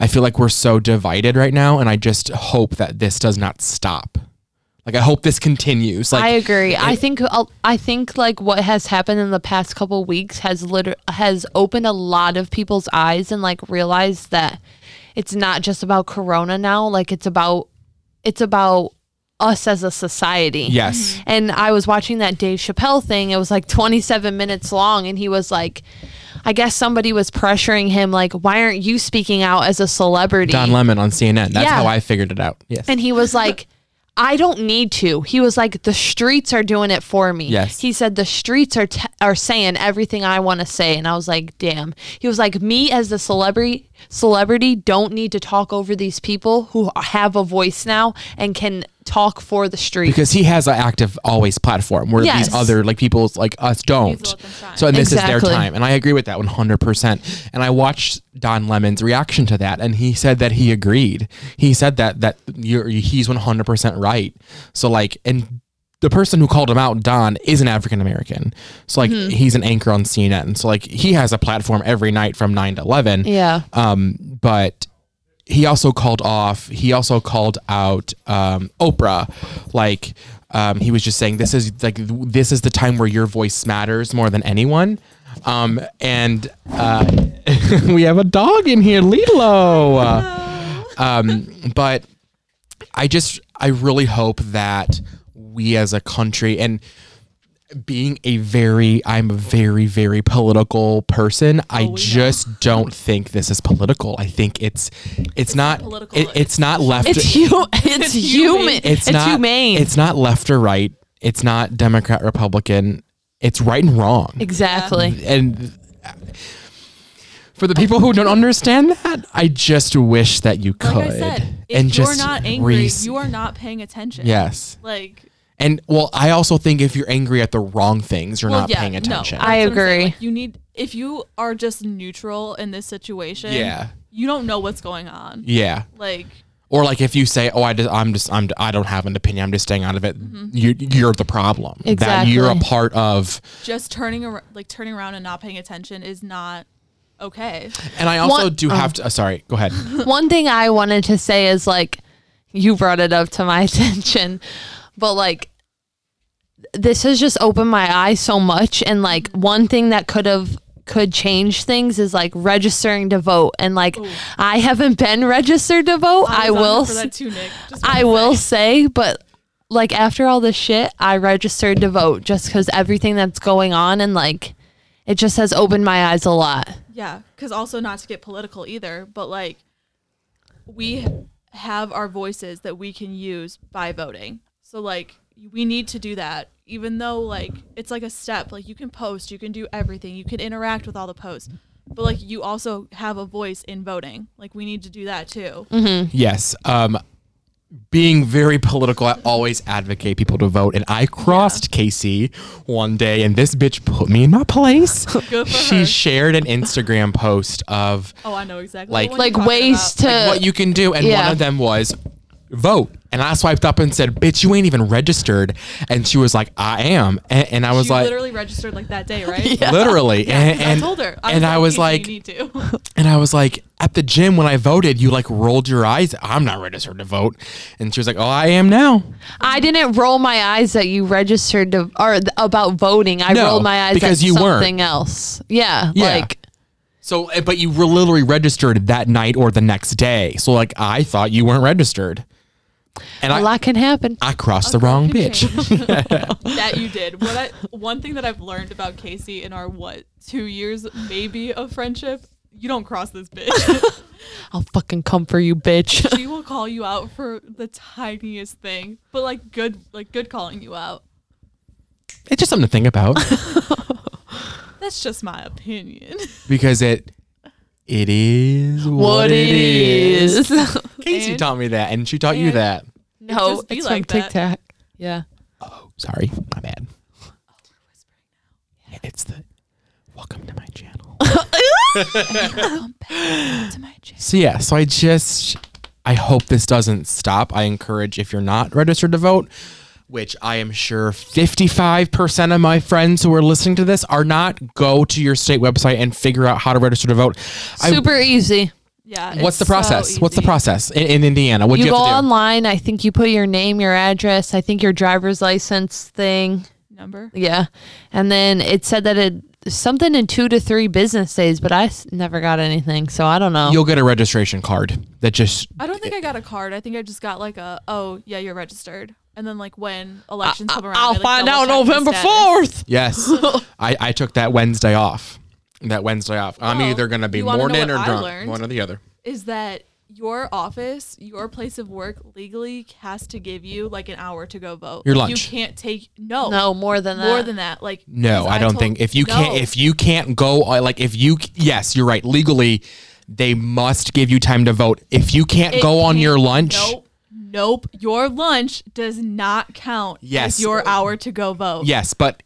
S2: I feel like we're so divided right now, and I just hope that this does not stop. Like I hope this continues. Like
S1: I agree. I think I'll- I think like what has happened in the past couple weeks has liter- has opened a lot of people's eyes and like realized that it's not just about corona now, like it's about it's about us as a society.
S3: Mm-hmm.
S2: yes.
S1: And I was watching that Dave Chappelle thing. It was like 27 minutes long. And he was like, I guess somebody was pressuring him, like, why aren't you speaking out as a celebrity?
S2: Don Lemon on CNN. That's
S1: Yeah.
S2: how I figured it out. Yes.
S1: And he was like, I don't need to. He was like, the streets are doing it for me.
S2: Yes.
S1: He said, the streets are, t- are saying everything I want to say. And I was like, damn. He was like, me as the celebrity, celebrity don't need to talk over these people who have a voice now and can talk for the street.
S2: because he has an active always platform where
S1: Yes.
S2: these other like people like us don't.
S3: let them shine.
S2: So and this is
S1: Exactly.
S2: their time, and I agree with that one hundred percent. And I watched Don Lemon's reaction to that, and he said that he agreed. He said that that you're, he's one hundred percent right. So like, and the person who called him out, Don, is an African American. So like,
S1: Mm-hmm.
S2: he's an anchor on CNN. So like, he has a platform every night from nine to eleven.
S1: yeah.
S2: Um, but he also called off. He also called out um, Oprah. Like um, he was just saying, this is like th- this is the time where your voice matters more than anyone. Um, and uh, we have a dog in here, Lilo. Um, but I just I really hope that we as a country and being a very I'm a very very political person. I just don't think this is political. I think it's it's, not
S3: political.
S2: it- it's not left.
S1: It's human. It's human. It's,
S2: not
S1: humane.
S2: It's not left or right. It's not Democrat Republican. It's right and wrong.
S1: exactly.
S2: And for the people who don't understand that, I just wish that you could
S3: Like I said, if
S2: and
S3: you're
S2: just
S3: not angry,
S2: res-
S3: you are not paying attention.
S2: yes.
S3: Like
S2: And well, I also think if you're angry at the wrong things, you're
S3: well,
S2: not
S3: yeah,
S2: paying attention.
S3: No,
S1: I
S3: That's what I'm saying.
S1: agree.
S3: Like, you need if you are just neutral in this situation.
S2: Yeah.
S3: You don't know what's going on.
S2: yeah.
S3: Like
S2: Or like if you say, "Oh, I just, I'm just, I'm, I don't have an opinion. I'm just staying out of it."
S3: Mm-hmm.
S2: You, you're the problem. That you're a
S1: Exactly.
S2: part of.
S3: just turning around, like turning around and not paying attention is not okay.
S2: And I also
S1: One-
S2: do
S3: um,
S2: have to. uh, sorry, go ahead.
S1: One thing I wanted to say is like, you brought it up to my attention, but like, this has just opened my eyes so much. And like, one thing that could have could change things is like registering to vote. And like, I haven't been registered to vote. I,
S3: was on
S1: will.
S3: there for
S1: s-
S3: that too, Nick. Just
S1: I will say, but like after all this shit, I registered to vote just because everything that's going on and like it just has opened my eyes a lot.
S3: Yeah, because also not to get political either, but like we have our voices that we can use by voting. So like we need to do that, even though like it's like a step. Like you can post, you can do everything, you can interact with all the posts, but like you also have a voice in voting. Like we need to do that too.
S1: Mm-hmm.
S2: Yes. Um, being very political, I always advocate people to vote. And I crossed Casey one day, and this bitch put me in my place.
S3: Good for
S2: she
S3: her.
S2: shared an Instagram post of
S3: Oh, I know exactly.
S2: Like-
S3: what one you're
S1: Like
S3: talking
S1: ways
S3: about.
S1: to
S2: what you can do. And
S1: yeah.
S2: one of them was vote. And I swiped up and said, Bitch, you ain't even registered. And she was like, I am. And, and I was
S3: She
S2: like,
S3: literally registered like that day, right?
S2: literally. and,
S3: I
S2: and-
S3: told her.
S2: and I was
S3: "Casey,
S2: like,
S3: you need to.
S2: and I was like, at the gym when I voted, you like rolled your eyes. I'm not registered to vote. And she was like, Oh, I am now.
S1: I didn't roll my eyes that you registered to or th- about voting. I
S2: No,
S1: rolled my eyes
S2: because
S1: at
S2: you weren't.
S1: something else. Yeah,
S2: Yeah.
S1: like
S2: So, uh, but you were literally registered that night or the next day. So, like, I thought you weren't registered, and
S1: a
S2: I
S1: lot can happen.
S2: I crossed the wrong bitch.
S3: that you did. What I, one thing that I've learned about Casey in our what two years maybe of friendship, you don't cross this bitch.
S1: I'll fucking come for you, bitch.
S3: she will call you out for the tiniest thing, but like good, like good calling you out.
S2: it's just something to think about
S3: That's just my opinion.
S2: because it it is what,
S1: what it is.
S2: Casey
S3: And-
S2: taught me that, and she taught you
S3: and-
S2: that.
S1: no,
S3: just be
S1: it's
S3: like
S1: from
S3: that.
S1: Tic Tac. Yeah.
S2: Oh, Sorry, my bad.
S1: Oh,
S2: Yeah, It's the welcome to my channel.
S3: Welcome back to my channel.
S2: So yeah, so I just I hope this doesn't stop. I encourage if you're not registered to vote, which I am sure 55% of my friends who are listening to this are not, go to your state website and figure out how to register to vote. I
S1: Super easy.
S3: Yeah.
S2: What's
S3: it's
S2: the process?
S3: so
S2: What's the
S3: easy.
S2: process in, in Indiana? What do
S1: You
S2: you
S1: go
S2: have to do?
S1: online. I think you put your name, your address. I think your driver's license thing.
S3: Number.
S1: Yeah, and then it said that it something in two to three business days, but I s- never got anything, so I don't know.
S2: You'll get a registration card that just
S3: I don't think I got a card. I think I just got like a oh yeah you're registered, and then like when elections come around,
S1: I'll
S3: they, like,
S1: find out
S3: double-check the
S1: November
S3: status.
S1: fourth.
S2: yes. I, I took that Wednesday off. That Wednesday off. I'm
S3: Oh,
S2: either gonna be
S3: you wanna know
S2: morning or
S3: what I
S2: drunk.
S3: learned?
S2: One or the other.
S3: Is that your office, your place of work legally has to give you like an hour to go vote.
S2: Your
S3: Like,
S2: lunch.
S3: You can't take no
S1: No, more than that.
S3: more than that. Like
S2: No,
S3: 'cause
S2: I don't
S3: told-
S2: think if you can't
S3: No.
S2: if you can't go uh, like if you c- yes you're right legally they must give you time to vote if you can't
S3: It
S2: go on
S3: can't-
S2: your lunch
S3: Nope. Nope. Your lunch does not count
S2: Yes.
S3: as your hour to go vote.
S2: yes but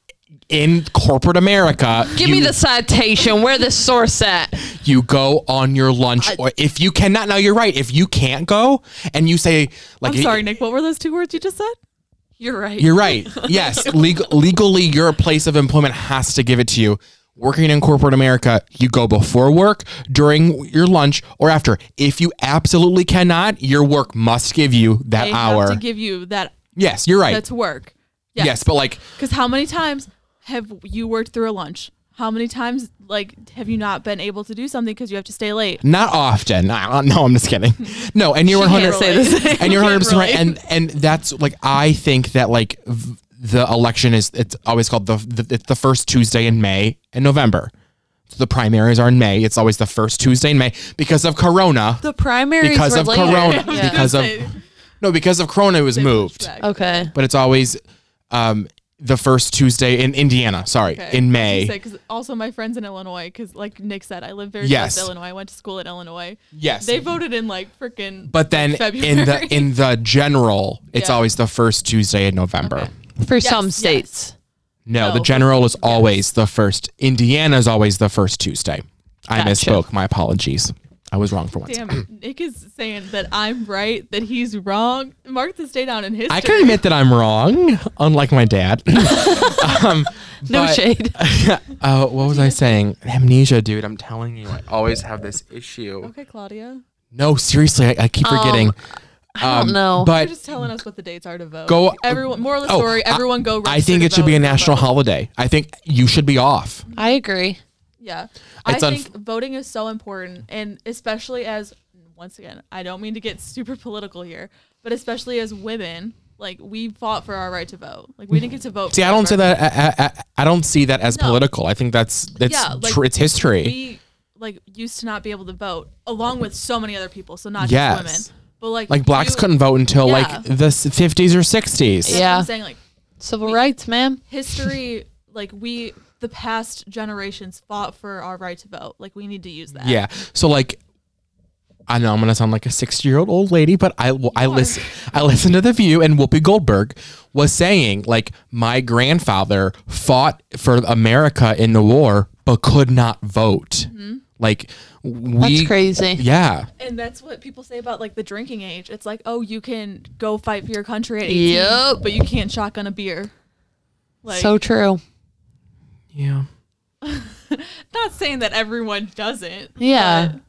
S2: in corporate America
S1: Give
S2: you,
S1: me the citation. Where the source at?
S2: you go on your lunch or if you cannot now you're right if you can't go and you say like
S3: I'm sorry, Nick. What were those two words you just said?
S1: You're right.
S2: You're right. Yes, legal, legally, your place of employment has to give it to you. Working in corporate America, you go before work, during your lunch, or after. If you absolutely cannot, your work must give you that
S3: They
S2: hour.
S3: have to give you that
S2: yes, you're right.
S3: that's work.
S2: yes. but like,
S3: Because how many times have you worked through a lunch? How many times like have you not been able to do something because you have to stay late?
S2: not often. I- uh, no, I'm just kidding. No, and you're 100.
S1: can't say the same.
S2: and you're
S1: She
S2: 100
S1: can't
S2: percent right.
S1: relate.
S2: And and that's like I think that like v- the election is it's always called the, the it's the first Tuesday in May and November. The primaries are in May. It's always the first Tuesday in May because of Corona.
S1: The primaries
S2: because
S1: were
S2: of
S1: later.
S2: Corona.
S1: Yeah.
S2: Because of no, because of Corona, it was moved.
S3: Back.
S1: okay.
S2: But it's always um, the first Tuesday in Indiana. Sorry,
S3: Okay.
S2: in
S3: I was
S2: May.
S3: gonna say, 'cause also my friends in Illinois, because like Nick said, I live very
S2: Yes.
S3: close to Illinois. I went to school in Illinois.
S2: Yes.
S3: They voted in like freaking.
S2: but then in the in the general, it's
S3: Yeah.
S2: always the first Tuesday in November.
S1: For some
S3: yes.
S1: states.
S2: No, the
S1: Oh,
S3: No.
S2: general is always the first. Indiana is always the first Tuesday. I
S1: Gotcha.
S2: misspoke. My apologies. I was wrong for once.
S3: Damn, Nick is saying that I'm right, that he's wrong. Mark this day down in history.
S2: I can admit that I'm wrong, unlike my dad. um,
S1: No
S2: but-
S1: shade.
S2: Uh, what was I saying? Amnesia, dude. I'm telling you, I always have this issue.
S3: Okay, Claudia.
S2: No, seriously, I, I keep forgetting.
S1: Um,
S2: Um,
S1: I don't know.
S3: You're
S2: But
S3: just telling us what the dates are to vote.
S2: Go-
S3: everyone. Moral of the
S2: oh,
S3: story:
S2: I-
S3: Everyone go.
S2: I
S3: register
S2: think
S3: to
S2: it should be
S3: vote
S2: a
S3: and go
S2: national
S3: vote.
S2: holiday. I think you should be off.
S1: I agree.
S3: Yeah.
S2: It's
S3: I
S2: unf-
S3: think voting is so important and especially as once again, I don't mean to get super political here, but especially as women, like we fought for our right to vote. Like we didn't get to vote.
S2: See, I don't
S3: forever.
S2: see that. I, I, I- I don't see that as
S3: No.
S2: political. I think that's that's
S3: Yeah, like,
S2: tr- it's history.
S3: We like used to not be able to vote along with so many other people, so not
S2: Yes.
S3: just women. But like
S2: like blacks
S3: you-
S2: couldn't vote until
S3: Yeah.
S2: like the s- 50s or 60s.
S3: that's what
S1: Yeah.
S3: I'm saying like
S1: Civil rights, ma'am.
S3: history like we the past generations fought for our right to vote. Like we need to use that.
S2: Yeah. So like, I know I'm gonna sound like a 60 year old old lady, but I I listen I listened to the View and Whoopi Goldberg was saying like my grandfather fought for America in the war but could not vote.
S3: Mm-hmm.
S2: Like we
S1: That's crazy.
S2: Yeah.
S3: And that's what people say about like the drinking age. It's like, oh, you can go fight for your country at 18,
S1: Yep.
S3: but you can't shotgun a beer. Like,
S1: so true.
S2: Yeah.
S3: not saying that everyone doesn't.
S1: Yeah.
S3: but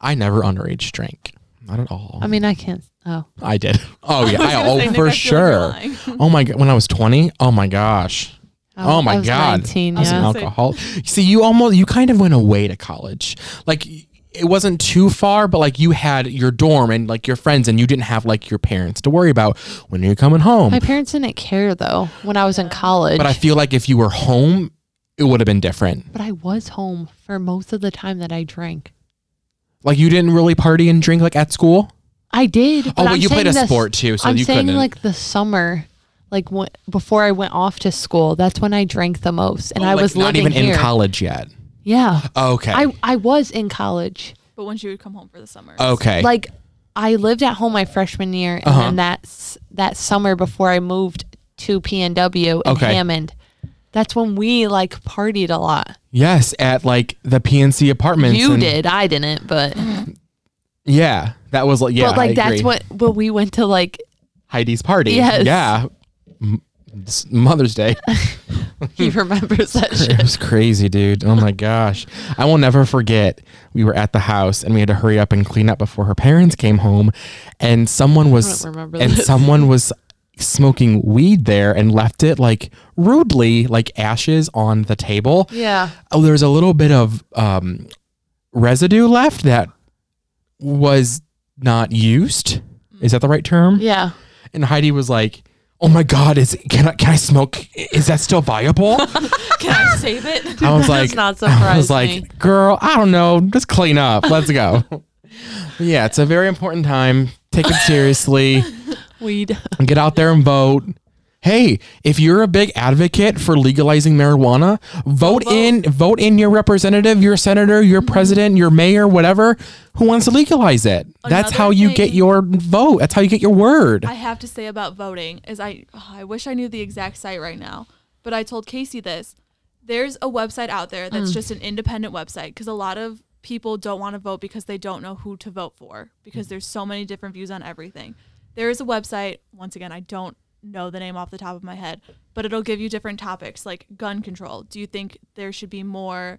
S2: I never underage drank. Not at all.
S1: I mean, I can't. Oh.
S2: I did. Oh yeah.
S3: was
S2: I,
S3: gonna
S2: oh
S3: say, Nick,
S2: for
S3: I feel like you're
S2: sure.
S3: lying.
S2: oh my god. When I was 20. Oh my gosh. Oh,
S1: I
S2: my
S1: was
S2: god.
S1: 19,
S2: As an
S1: yeah.
S3: gonna say-
S2: alcohol. See, you almost you kind of went away to college. Like y- it wasn't too far, but like you had your dorm and like your friends and you didn't have like your parents to worry about when you're coming home.
S1: My parents didn't care though when I was in college.
S2: but I feel like if you were home, it would have been different.
S1: but I was home for most of the time that I drank.
S2: Like you didn't really party and drink like at school?
S1: I did. but
S2: Oh, well,
S1: I'm
S2: you played
S1: saying
S2: a
S1: this-
S2: sport, too, so
S1: I'm
S2: you
S1: saying
S2: couldn't.
S1: like the summer, like when, before I went off to school, that's when I drank the most, and I
S2: Oh, Like,
S1: was
S2: not
S1: living
S2: even
S1: here.
S2: in college yet.
S1: Yeah,
S2: Okay.
S1: I I was in college.
S3: But when she would come home for the summer.
S2: okay.
S1: Like I lived at home my freshman year, and
S2: Uh-huh.
S1: then that's that summer before I moved to PNW in
S2: Okay.
S1: Hammond. That's when we like partied a lot.
S2: yes, at like the PNC apartments.
S1: You
S2: and-
S1: did, I didn't, but
S2: Yeah. That was like yeah.
S1: but like
S2: I
S1: that's
S2: agree.
S1: what. But we went to like
S2: Heidi's party.
S1: Yes.
S2: Yeah. M- s- Mother's Day.
S1: He remembers that shit.
S2: It was crazy, dude. Oh my gosh. I will never forget. We were at the house and we had to hurry up and clean up before her parents came home and someone was
S1: remember
S2: and
S1: this.
S2: someone was smoking weed there and left it like rudely like ashes on the table.
S1: Yeah.
S2: Oh, there was a little bit of um residue left that was not used. Is that the right term?
S1: Yeah.
S2: And Heidi was like, "Oh my god, is can I can I smoke? Is that still viable?"
S3: Can I save it?
S2: I was
S1: That
S2: like,
S1: does not
S2: I was
S1: surprise
S2: like,
S1: me.
S2: girl, I don't know. Just clean up. Let's go. yeah, it's a very important time. Take it seriously.
S1: Weed.
S2: Get out there and vote. Hey, if you're a big advocate for legalizing marijuana, vote, in vote in your representative, your senator, your
S3: Mm-hmm.
S2: president, your mayor, whatever who wants to legalize it. That's
S3: Another
S2: how you get
S3: thing-
S2: your vote. That's how you get your word.
S3: I have to say about voting is I oh, I wish I knew the exact site right now, but I told Casey this. There's a website out there that's
S2: Mm.
S3: just an independent website because a lot of people don't want to vote because they don't know who to vote for
S2: Mm.
S3: because there's so many different views on everything. There is a website, once again, I don't know the name off the top of my head, but it'll give you different topics like gun control. Do you think there should be more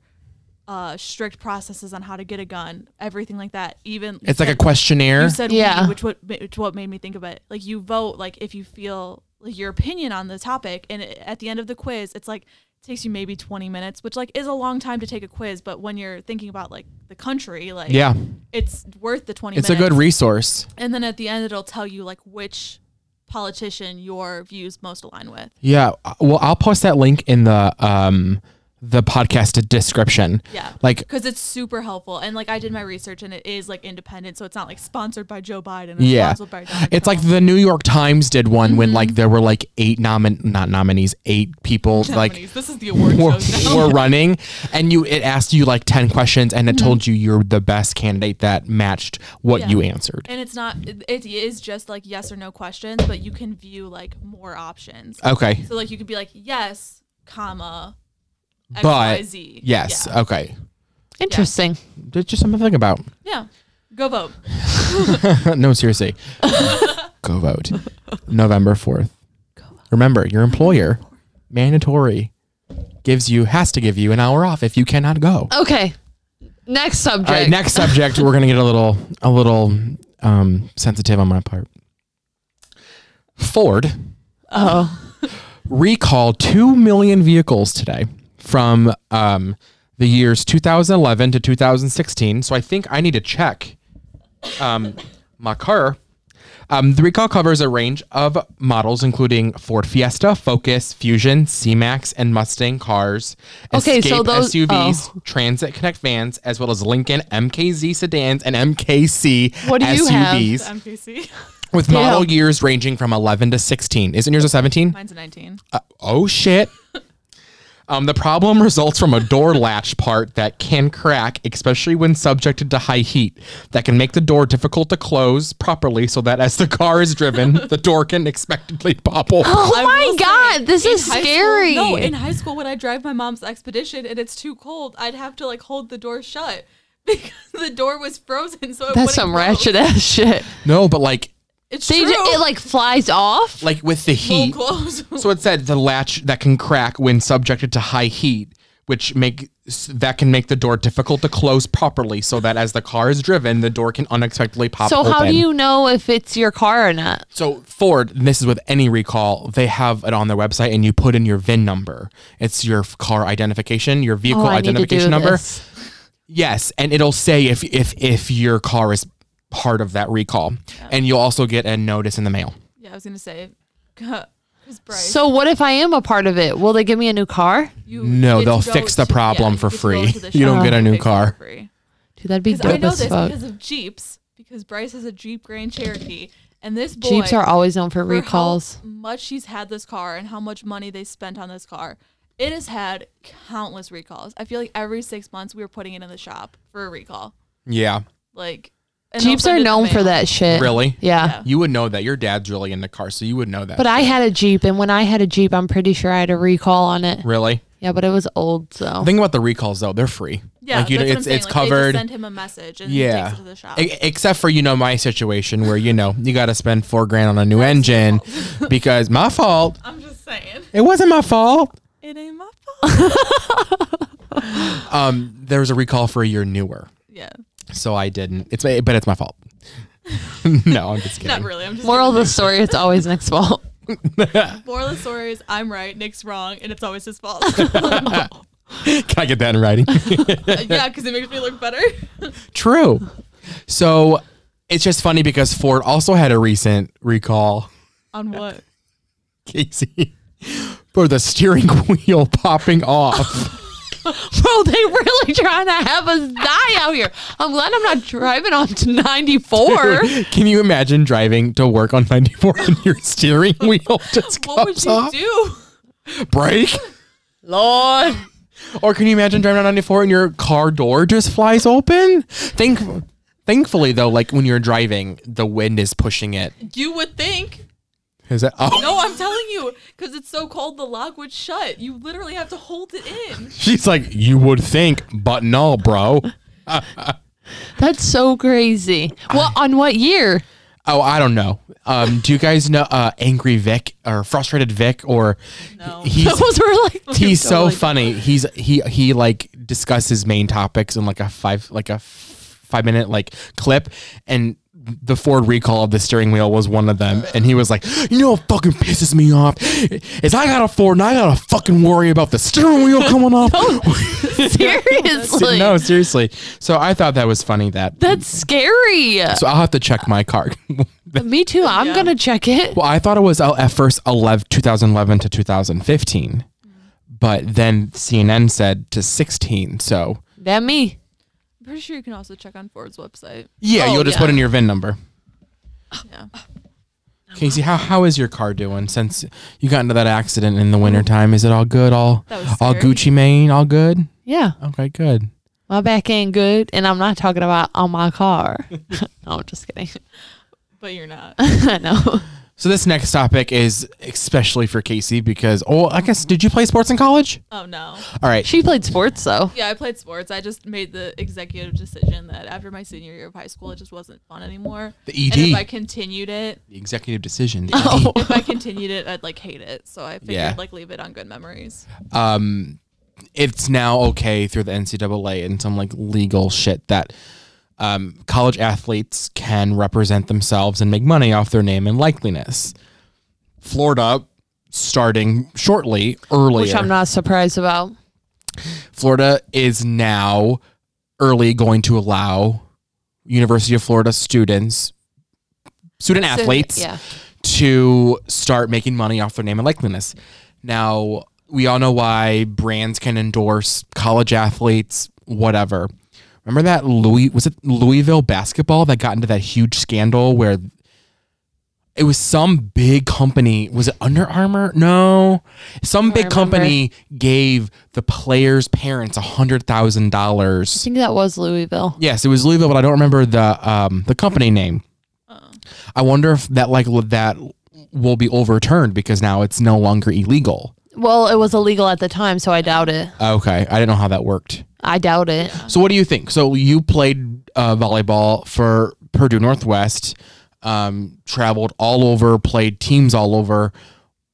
S3: uh, strict processes on how to get a gun, everything like that? Even
S2: it's like a
S3: Like,
S2: questionnaire.
S3: you said
S1: Yeah.
S3: we, which what which what made me think of it. Like you vote like if you feel like your opinion on the topic, and it, at the end of the quiz, it's like takes you maybe twenty minutes, which like is a long time to take a quiz. But when you're thinking about like the country, like
S2: yeah.
S3: it's worth the twenty.
S2: It's a
S3: minutes.
S2: good resource.
S3: and then at the end, it'll tell you like which politician your views most align with.
S2: Yeah. uh, Well, I'll post that link in the um the podcast description.
S3: Yeah.
S2: Like
S3: Because it's super helpful, and like I did my research, and it is like independent, so it's not like sponsored by Joe Biden. Or
S2: Yeah.
S3: sponsored by Donald
S2: it's like
S3: Trump.
S2: the New York Times did one when
S3: Mm-hmm.
S2: like there were like eight nomin not nominees, eight people like
S3: Nominees. this is the award
S2: were,
S3: shows now.
S2: were running and you it asked you like 10 questions and it told you you're the best candidate that matched what
S3: Mm-hmm. Yeah.
S2: you answered.
S3: and it's not it, it is just like yes or no questions but you can view like more options
S1: Uh,
S2: Okay.
S3: so like you could be like yes comma X,
S2: But-
S3: Y, Z.
S2: Yes.
S3: yeah.
S2: Okay.
S1: Interesting.
S2: That's just something to think about.
S3: Yeah. go vote
S2: no, seriously. Go vote. November 4th. Remember, your employer mandatory gives you has to give you an hour off if you cannot go.
S1: Okay. Next subject.
S2: All right, next subject we're going to get a little a little um sensitive on my part. Ford
S1: oh.
S2: recalled 2 million vehicles today from um the years 2011 to 2016. So I think I need to check um my car um, the recall covers a range of models, including Ford Fiesta, Focus, Fusion, C-Max, and Mustang cars,
S1: Okay,
S2: Escape
S1: so those- oh.
S2: SUVs, Transit Connect vans, as well as Lincoln MKZ sedans and MKC
S1: What do you have?
S2: SUVs,
S3: mkc
S2: with model years ranging from 11 to 16. Isn't yours a 17?
S3: mine's a 19
S2: Oh shit. Um, the problem results from a door latch part that can crack, especially when subjected to high heat. That can make the door difficult to close properly so that as the car is driven, the door can expectedly popple.
S1: Oh
S3: I
S1: my
S3: will say,
S1: god, this
S3: in
S1: is
S3: high school-
S1: scary.
S3: no in high school when i drive my mom's expedition and it's too cold i'd have to like hold the door shut because the door was frozen so it
S1: That's some
S3: wouldn't
S1: ratchet
S3: close.
S1: ass shit.
S2: No, but like
S3: it's
S1: They
S3: true.
S1: ju- it like flies off.
S2: like with the
S3: won't
S2: heat.
S3: close
S2: So it said the latch that can crack when subjected to high heat, which make that can make the door difficult to close properly so that as the car is driven, the door can unexpectedly pop
S1: So
S2: open.
S1: how do you know if it's your car or not?
S2: So Ford, and this is with any recall, they have it on their website, and you put in your VIN number. It's your f- car identification, your vehicle
S1: Oh, I need to do
S2: identification number.
S1: this.
S2: Yes, and it'll say if if if your car is part of that recall, and you'll also get a notice in the mail.
S3: yeah i was gonna say 'cause Bryce-
S1: So what if I am a part of it? Will they give me a new car?
S3: you
S2: No,
S3: get
S2: they'll
S3: to go
S2: fix the
S3: to-
S2: problem
S3: yeah,
S2: for
S3: you get to go
S2: free.
S3: to the
S2: You don't
S3: shop
S2: get a
S3: and
S2: new
S3: fix it for
S2: car.
S3: free.
S1: Dude, that'd be
S3: 'Cause I
S1: dope
S3: know
S1: as
S3: this
S1: fuck.
S3: because of Jeeps. Because Bryce has a Jeep Grand Cherokee, and this boy
S1: Jeeps are always known for
S3: for how
S1: recalls.
S3: much he's had this car and how much money they spent on this car. It has had countless recalls. I feel like every six months we were putting it in the shop for a recall.
S2: Yeah,
S3: Like and they'll
S1: Jeeps
S3: send
S1: are
S3: it in the
S1: known for
S3: mail.
S1: that shit.
S2: Really?
S1: Yeah.
S3: Yeah.
S2: you would know that. Your dad's really into cars, so you would know that.
S1: But I had a Jeep, and when I had a Jeep, I'm pretty sure I had a recall on it.
S2: really
S1: Yeah, but it was old, so.
S2: the thing about the recalls though, they're free.
S3: Yeah,
S2: like you,
S3: that's what I'm
S2: it's
S3: saying.
S2: it's
S3: Like, they just
S2: covered.
S3: send him a message and he
S2: Yeah.
S3: takes it to the shop.
S2: E- except for you know my situation where you know you got to spend four grand on a new engine because my fault.
S3: I'm just Just saying.
S2: It wasn't my fault.
S3: It ain't my fault.
S2: Um, there was a recall for a year newer,
S3: yeah.
S2: so I didn't. It's my- but it's my fault. no, I'm just kidding.
S3: Not really. I'm just
S1: Moral of the story: It's always Nick's fault.
S3: Moral of the story is I'm right, Nick's wrong, and it's always his fault.
S2: Can I get that in writing?
S3: yeah, because it makes me look better.
S2: True. So it's just funny because Ford also had a recent recall,
S3: On what?
S2: Casey, for the steering wheel popping off.
S1: Bro, they really trying to have us die out here. I'm glad I'm not driving on to 94.
S2: Can you imagine driving to work on 94 and your steering wheel just
S3: What would
S2: comes
S3: you
S2: off?
S3: do?
S2: Brake?
S1: Lord.
S2: Or can you imagine driving on 94 and your car door just flies open? Think thankfully though, like when you're driving, the wind is pushing it.
S3: You would think.
S2: Is it oh
S3: No, I'm telling you, because it's so cold, the lock would shut. You literally have to hold it in.
S2: she's like, you would think, but no, bro.
S1: That's so crazy.
S2: Ah.
S1: What on what year?
S2: Oh, I don't know. Um, do you guys know uh, Angry Vic or Frustrated Vic or
S3: No.
S2: he's
S1: Those were like
S2: he's so
S3: Totally.
S2: funny. He's he he like discusses main topics in like a five like a f- five minute like clip and the Ford recall of the steering wheel was one of them and he was like, You know what fucking pisses me off? Is I got a Ford and I gotta fucking worry about the steering wheel coming off.
S1: seriously.
S2: no, seriously. So I thought that was funny that
S1: That's scary.
S2: so I'll have to check my car.
S1: Me too. I'm
S3: Yeah.
S1: gonna check it.
S2: Well, I thought it was uh, at first 11, 2011 to 2015, but then CNN said to 16. So
S1: That me.
S3: I'm pretty sure you can also check on Ford's website.
S2: yeah,
S1: Oh,
S2: you'll just
S1: yeah.
S2: put in your VIN number.
S3: Yeah.
S2: Casey, how, how is your car doing since you got into that accident in the wintertime? Is it all good? All
S3: That was
S2: all
S3: scary.
S2: Gucci Mane? All good?
S1: Yeah.
S2: Okay, good.
S1: My back ain't good, and I'm not talking about on my car. no, I'm just kidding.
S3: But you're not.
S1: I know.
S2: So this next topic is especially for Casey because oh, I guess did you play sports in college?
S3: Oh, no.
S2: All right.
S1: She played sports though.
S3: Yeah, I played sports. I just made the executive decision that after my senior year of high school, it just wasn't fun anymore.
S2: The E
S3: And if
S2: ED.
S3: I continued it,
S2: The executive decision. the ED.
S3: if I continued it, I'd like hate it. So I figured
S2: Yeah.
S3: like leave it on good memories.
S2: um, it's now okay through the NCAA and some like legal shit that um, college athletes can represent themselves and make money off their name and likeliness. Florida, starting shortly, earlier,
S1: Which I'm not surprised about.
S2: Florida is now early going to allow University of Florida students, student athletes,
S1: Yeah.
S2: to start making money off their name and likeness. Now, we all know why brands can endorse college athletes, whatever. Remember that Louis was it Louisville basketball that got into that huge scandal where it was some big company. Was it Under Armour? No. Some
S1: don't
S2: big company gave the players' parents a hundred thousand dollars.
S1: I think that was Louisville.
S2: Yes, it was Louisville, but I don't remember the um, the company name. I wonder if that like l- that will be overturned because now it's no longer illegal.
S1: Well, it was illegal at the time, so I doubt it.
S2: Okay, I didn't know how that worked.
S1: I doubt it.
S2: So what do you think? So you played uh, volleyball for Purdue Northwest, um, traveled all over, played teams all over.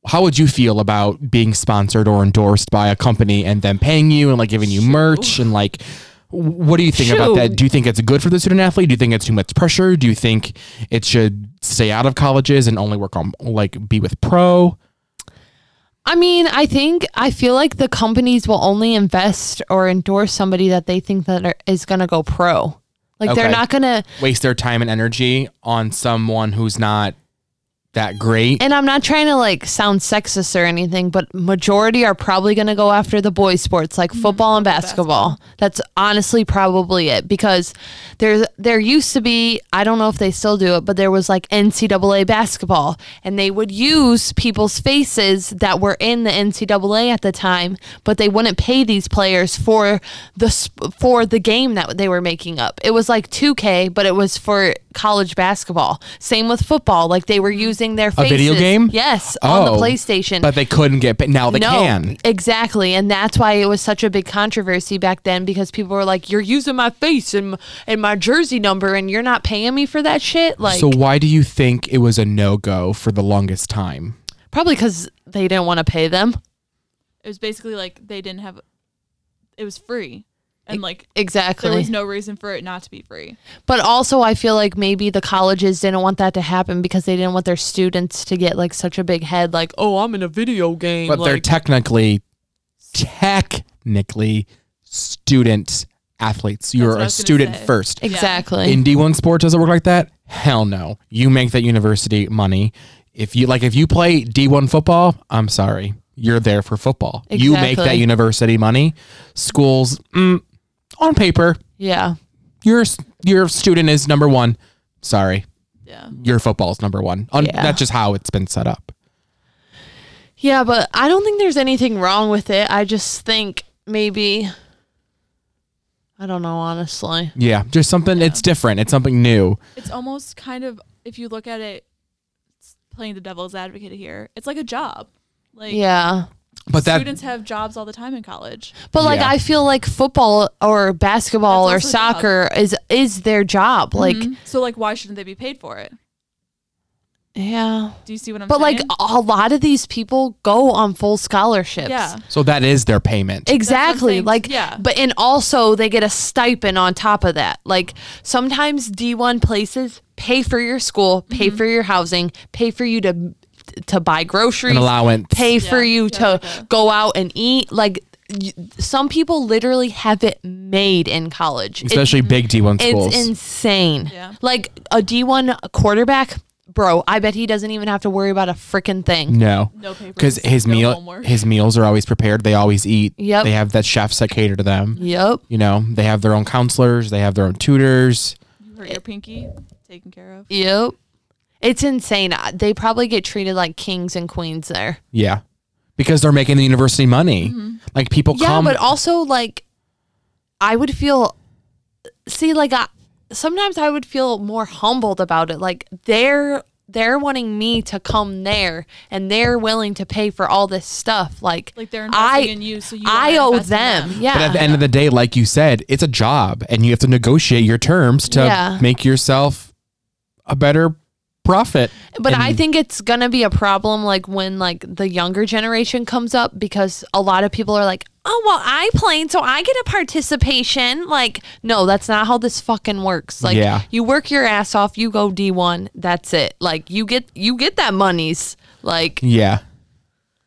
S2: How would you feel about being sponsored or endorsed by a company and them paying you and like giving you merch and like w- what do you think about
S1: Shoo.
S2: that? Do you think it's good for the student athlete? Do you think it's too much pressure? Do you think it should stay out of colleges and only work on like be with pro?
S1: I mean, I think I feel like the companies will only invest or endorse somebody that they think that are, is going to go pro. Like they're
S2: Okay.
S1: not going to
S2: Waste their time and energy on someone who's not that great.
S1: and I'm not trying to like sound sexist or anything, but majority are probably going to go after the boys sports like football and basketball. That's honestly probably it because there's there used to be, I don't know if they still do it, but there was like NCAA basketball and they would use people's faces that were in the NCAA at the time, but they wouldn't pay these players for the sp- for the game that they were making up. It was like 2K, but it was for college basketball. Same with football, like they were using their
S2: A video
S1: faces.
S2: game?
S1: Yes, on the
S2: Oh,
S1: PlayStation.
S2: But they couldn't get, but now they can.
S1: exactly, and that's why it was such a big controversy back then because people were like, "You're using my face and m- and my jersey number, and you're not paying me for that shit." Like,
S2: so why do you think it was a no go for the longest time?
S1: Probably because they didn't want to pay them.
S3: It was basically like they didn't have. It was free, and like
S1: Exactly.
S3: there was no reason for it not to be free.
S1: But also, I feel like maybe the colleges didn't want that to happen because they didn't want their students to get like such a big head, like, oh, I'm in a video game.
S2: But they're
S1: like-
S2: technically, technically student athletes.
S3: what
S2: You're
S3: I
S2: a
S3: was gonna
S2: student
S3: say.
S2: first.
S1: exactly.
S2: In D1 sports, does it work like that? Hell no. You make that university money. If you like, if you play D1 football, I'm sorry, you're there for football. You make that
S1: Exactly.
S2: university money. Schools, mm, on paper,
S1: yeah.
S2: your your student is number one. Sorry,
S3: Yeah.
S2: your football is number one. On,
S1: Yeah.
S2: That's just how it's been set up.
S1: Yeah, but I don't think there's anything wrong with it. I just think maybe, I don't know, honestly.
S2: Yeah, just something. It's different. It's something new.
S3: It's almost kind of if you look at it, it's playing the devil's advocate here. It's like a job. Like
S1: Yeah.
S2: But that
S3: students have jobs all the time in college.
S1: But like
S2: Yeah.
S1: I feel like football or basketball
S3: That's
S1: or
S3: also a job.
S1: soccer is is their job. Like
S3: Mhm. so like why shouldn't they be paid for it?
S1: yeah.
S3: Do you see what I'm
S1: But
S3: saying?
S1: like uh, a lot of these people go on full scholarships.
S3: yeah.
S2: so that is their payment.
S3: what I'm
S1: Exactly.
S3: saying.
S1: Like,
S3: Yeah.
S1: But and also they get a stipend on top of that. Like sometimes D one places pay for your school, pay
S3: Mm-hmm.
S1: for your housing, pay for you to to buy groceries,
S2: An allowance.
S1: pay for
S3: Yeah,
S1: you
S3: yeah,
S1: to
S3: like a-
S1: go out and eat. Like y- some people literally have it made in college. It's-
S2: especially big D1
S1: it's,
S2: schools.
S1: insane.
S3: Yeah.
S1: Like a D one quarterback, bro. I bet he doesn't even have to worry about a freaking thing.
S2: no.
S3: No papers,
S2: Because his
S3: no
S2: meal,
S3: homework.
S2: his meals are always prepared. They always eat.
S1: Yep.
S2: They have that chefs that cater to them.
S1: Yep.
S2: You know, they have their own counselors. They have their own tutors.
S3: You hurt your pinky, taken care of.
S1: Yep. It's insane. Uh, They probably get treated like kings and queens there.
S2: Yeah, because they're making the university money. Like people
S1: Yeah,
S2: come.
S1: but also like I would feel see like I, sometimes I would feel more humbled about it. Like they're they're wanting me to come there and they're willing to pay for all this stuff. Like
S3: Like they're investing
S1: I,
S3: in you, so you
S1: I
S3: wanna
S1: owe
S3: invest in
S1: them.
S3: them.
S1: Yeah.
S2: But at the end of the day, like you said, it's a job and you have to negotiate your terms to
S1: Yeah.
S2: make yourself a better profit.
S1: But I
S2: And-
S1: think it's gonna be a problem, like when like the younger generation comes up, because a lot of people are like, "Oh well, I played, so I get a participation." Like, no, that's not how this fucking works. Like,
S2: Yeah.
S1: you work your ass off, you go D one, that's it. Like, you get you get that monies. Like,
S2: Yeah.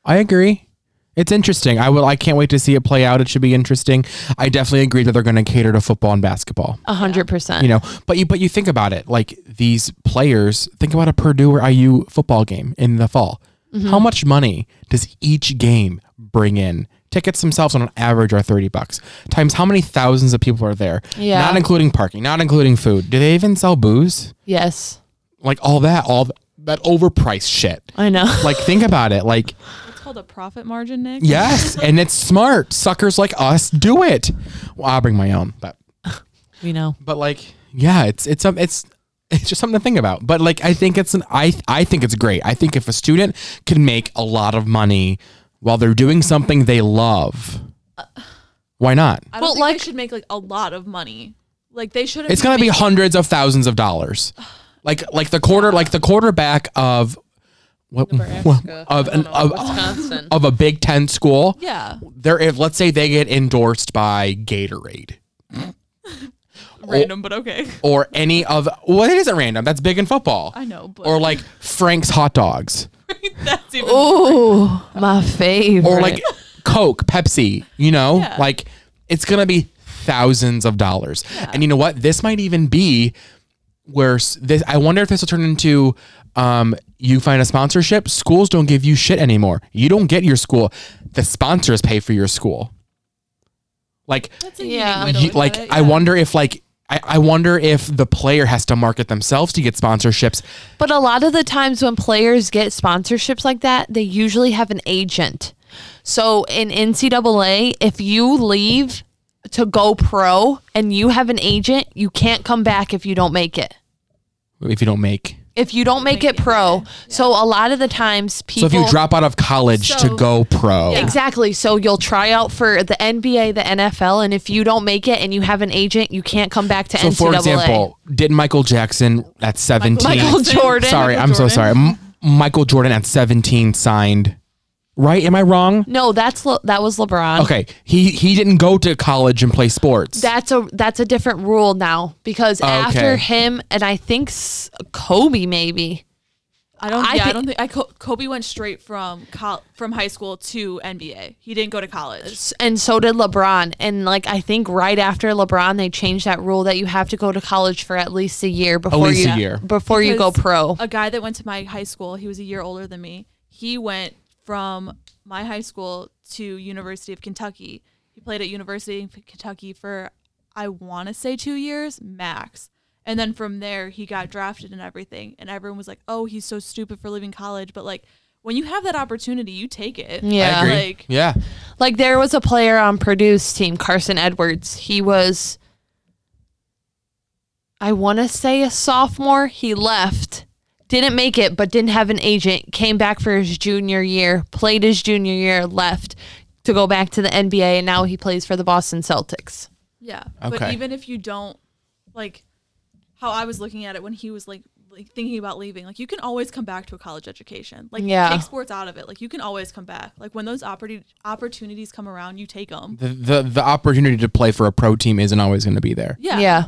S2: I agree. It's interesting. I will I can't wait to see it play out. It should be interesting. I definitely agree that they're going to cater to football and basketball.
S1: a hundred
S2: You
S1: percent.
S2: know, but you but you think about it, like these players, think about a Purdue or IU football game in the fall. How much money does each game bring in? Tickets themselves on an average are 30 bucks. Times how many thousands of people are there?
S1: Yeah.
S2: Not including parking, not including food. Do they even sell booze?
S1: Yes,
S2: Like all that, all th- that overpriced shit.
S1: I know.
S2: Like think about it, like
S3: It's called a profit margin, Nick.
S2: Yes, and it's smart. Suckers like us do it. Well, I'll bring my own, but
S1: we know.
S2: but like yeah, it's it's um, it's it's just something to think about. But like I think it's an I I think it's great. I think if a student can make a lot of money while they're doing something they love, why not?
S3: I don't
S1: Well,
S3: think
S1: like-
S3: they should make like a lot of money. Like they shouldn't.
S2: It's gonna be
S3: making-
S2: hundreds of thousands of dollars. Like like the quarter like the quarterback of what of an of, of a Big Ten school.
S3: Yeah.
S2: They're if let's say they get endorsed by Gatorade.
S3: Random, but okay.
S2: or any of well, it isn't random. That's big in football.
S3: I know, but
S2: Or like Frank's hot dogs,
S3: that's even.
S1: Oh, my favorite.
S2: or like Coke, Pepsi. You know,
S3: Yeah.
S2: like it's gonna be thousands of dollars. And you know what? This might even be where s- this. I wonder if this will turn into. Um, you find a sponsorship. Schools don't give you shit anymore. You don't get your school. The sponsors pay for your school. Like
S3: That's a
S1: Yeah.
S3: yeah.
S2: Ye- like I wonder if like I, I wonder if the player has to market themselves to get sponsorships.
S1: But a lot of the times when players get sponsorships like that, they usually have an agent. So in NCAA, if you leave to go pro and you have an agent, you can't come back if you don't make it.
S2: If you don't make,
S1: If you don't make, it
S3: Make
S1: pro, so a lot of the times people.
S2: so if you drop out of college to
S3: So-
S2: go pro,
S1: Exactly. So you'll try out for the NBA, the NFL, and if you don't make it and you have an agent, you can't come back to
S2: So
S1: NCAA.
S2: for example, did Michael Jackson at seventeen?
S1: Michael Jordan.
S2: Sorry,
S3: Michael
S2: I'm so
S3: Jordan.
S2: sorry. M- Michael Jordan at 17 signed, right? Am I wrong?
S1: No, that's Le- that was LeBron.
S2: Okay, he he didn't go to college and play sports.
S1: That's a that's a different rule now because
S2: Oh,
S1: after him and I think s- Kobe maybe.
S3: I don't.
S1: I
S3: yeah, I
S1: thi-
S3: don't think I Co- Kobe went straight from col- from high school to NBA. He didn't go to college.
S1: s- and so did LeBron. And like I think right after LeBron, they changed that rule that you have to go to college for at least a year before
S2: least a
S1: you
S2: year.
S1: before you go
S3: Because
S1: pro.
S3: A guy that went to my high school, he was a year older than me. He went from my high school to University of Kentucky. He played at University of Kentucky for I want to say 2 years max. And then from there he got drafted and everything and everyone was like, "Oh, he's so stupid for leaving college." But like when you have that opportunity, you take it.
S1: Yeah. I agree.
S3: Like
S2: yeah,
S1: Like there was a player on Purdue's team, Carson Edwards. He was I want to say a sophomore. He left, didn't make it, but didn't have an agent. Came back for his junior year, played his junior year, left to go back to the NBA, and now he plays for the Boston Celtics.
S3: Yeah. But
S2: Okay.
S3: even if you don't like how I was looking at it when he was like like thinking about leaving, like you can always come back to a college education. Like
S1: Yeah.
S3: take sports out of it. Like you can always come back. Like when those oppor- opportunities come around, you take them.
S2: the, the the opportunity to play for a pro team isn't always going to be there.
S3: Yeah.
S1: Yeah.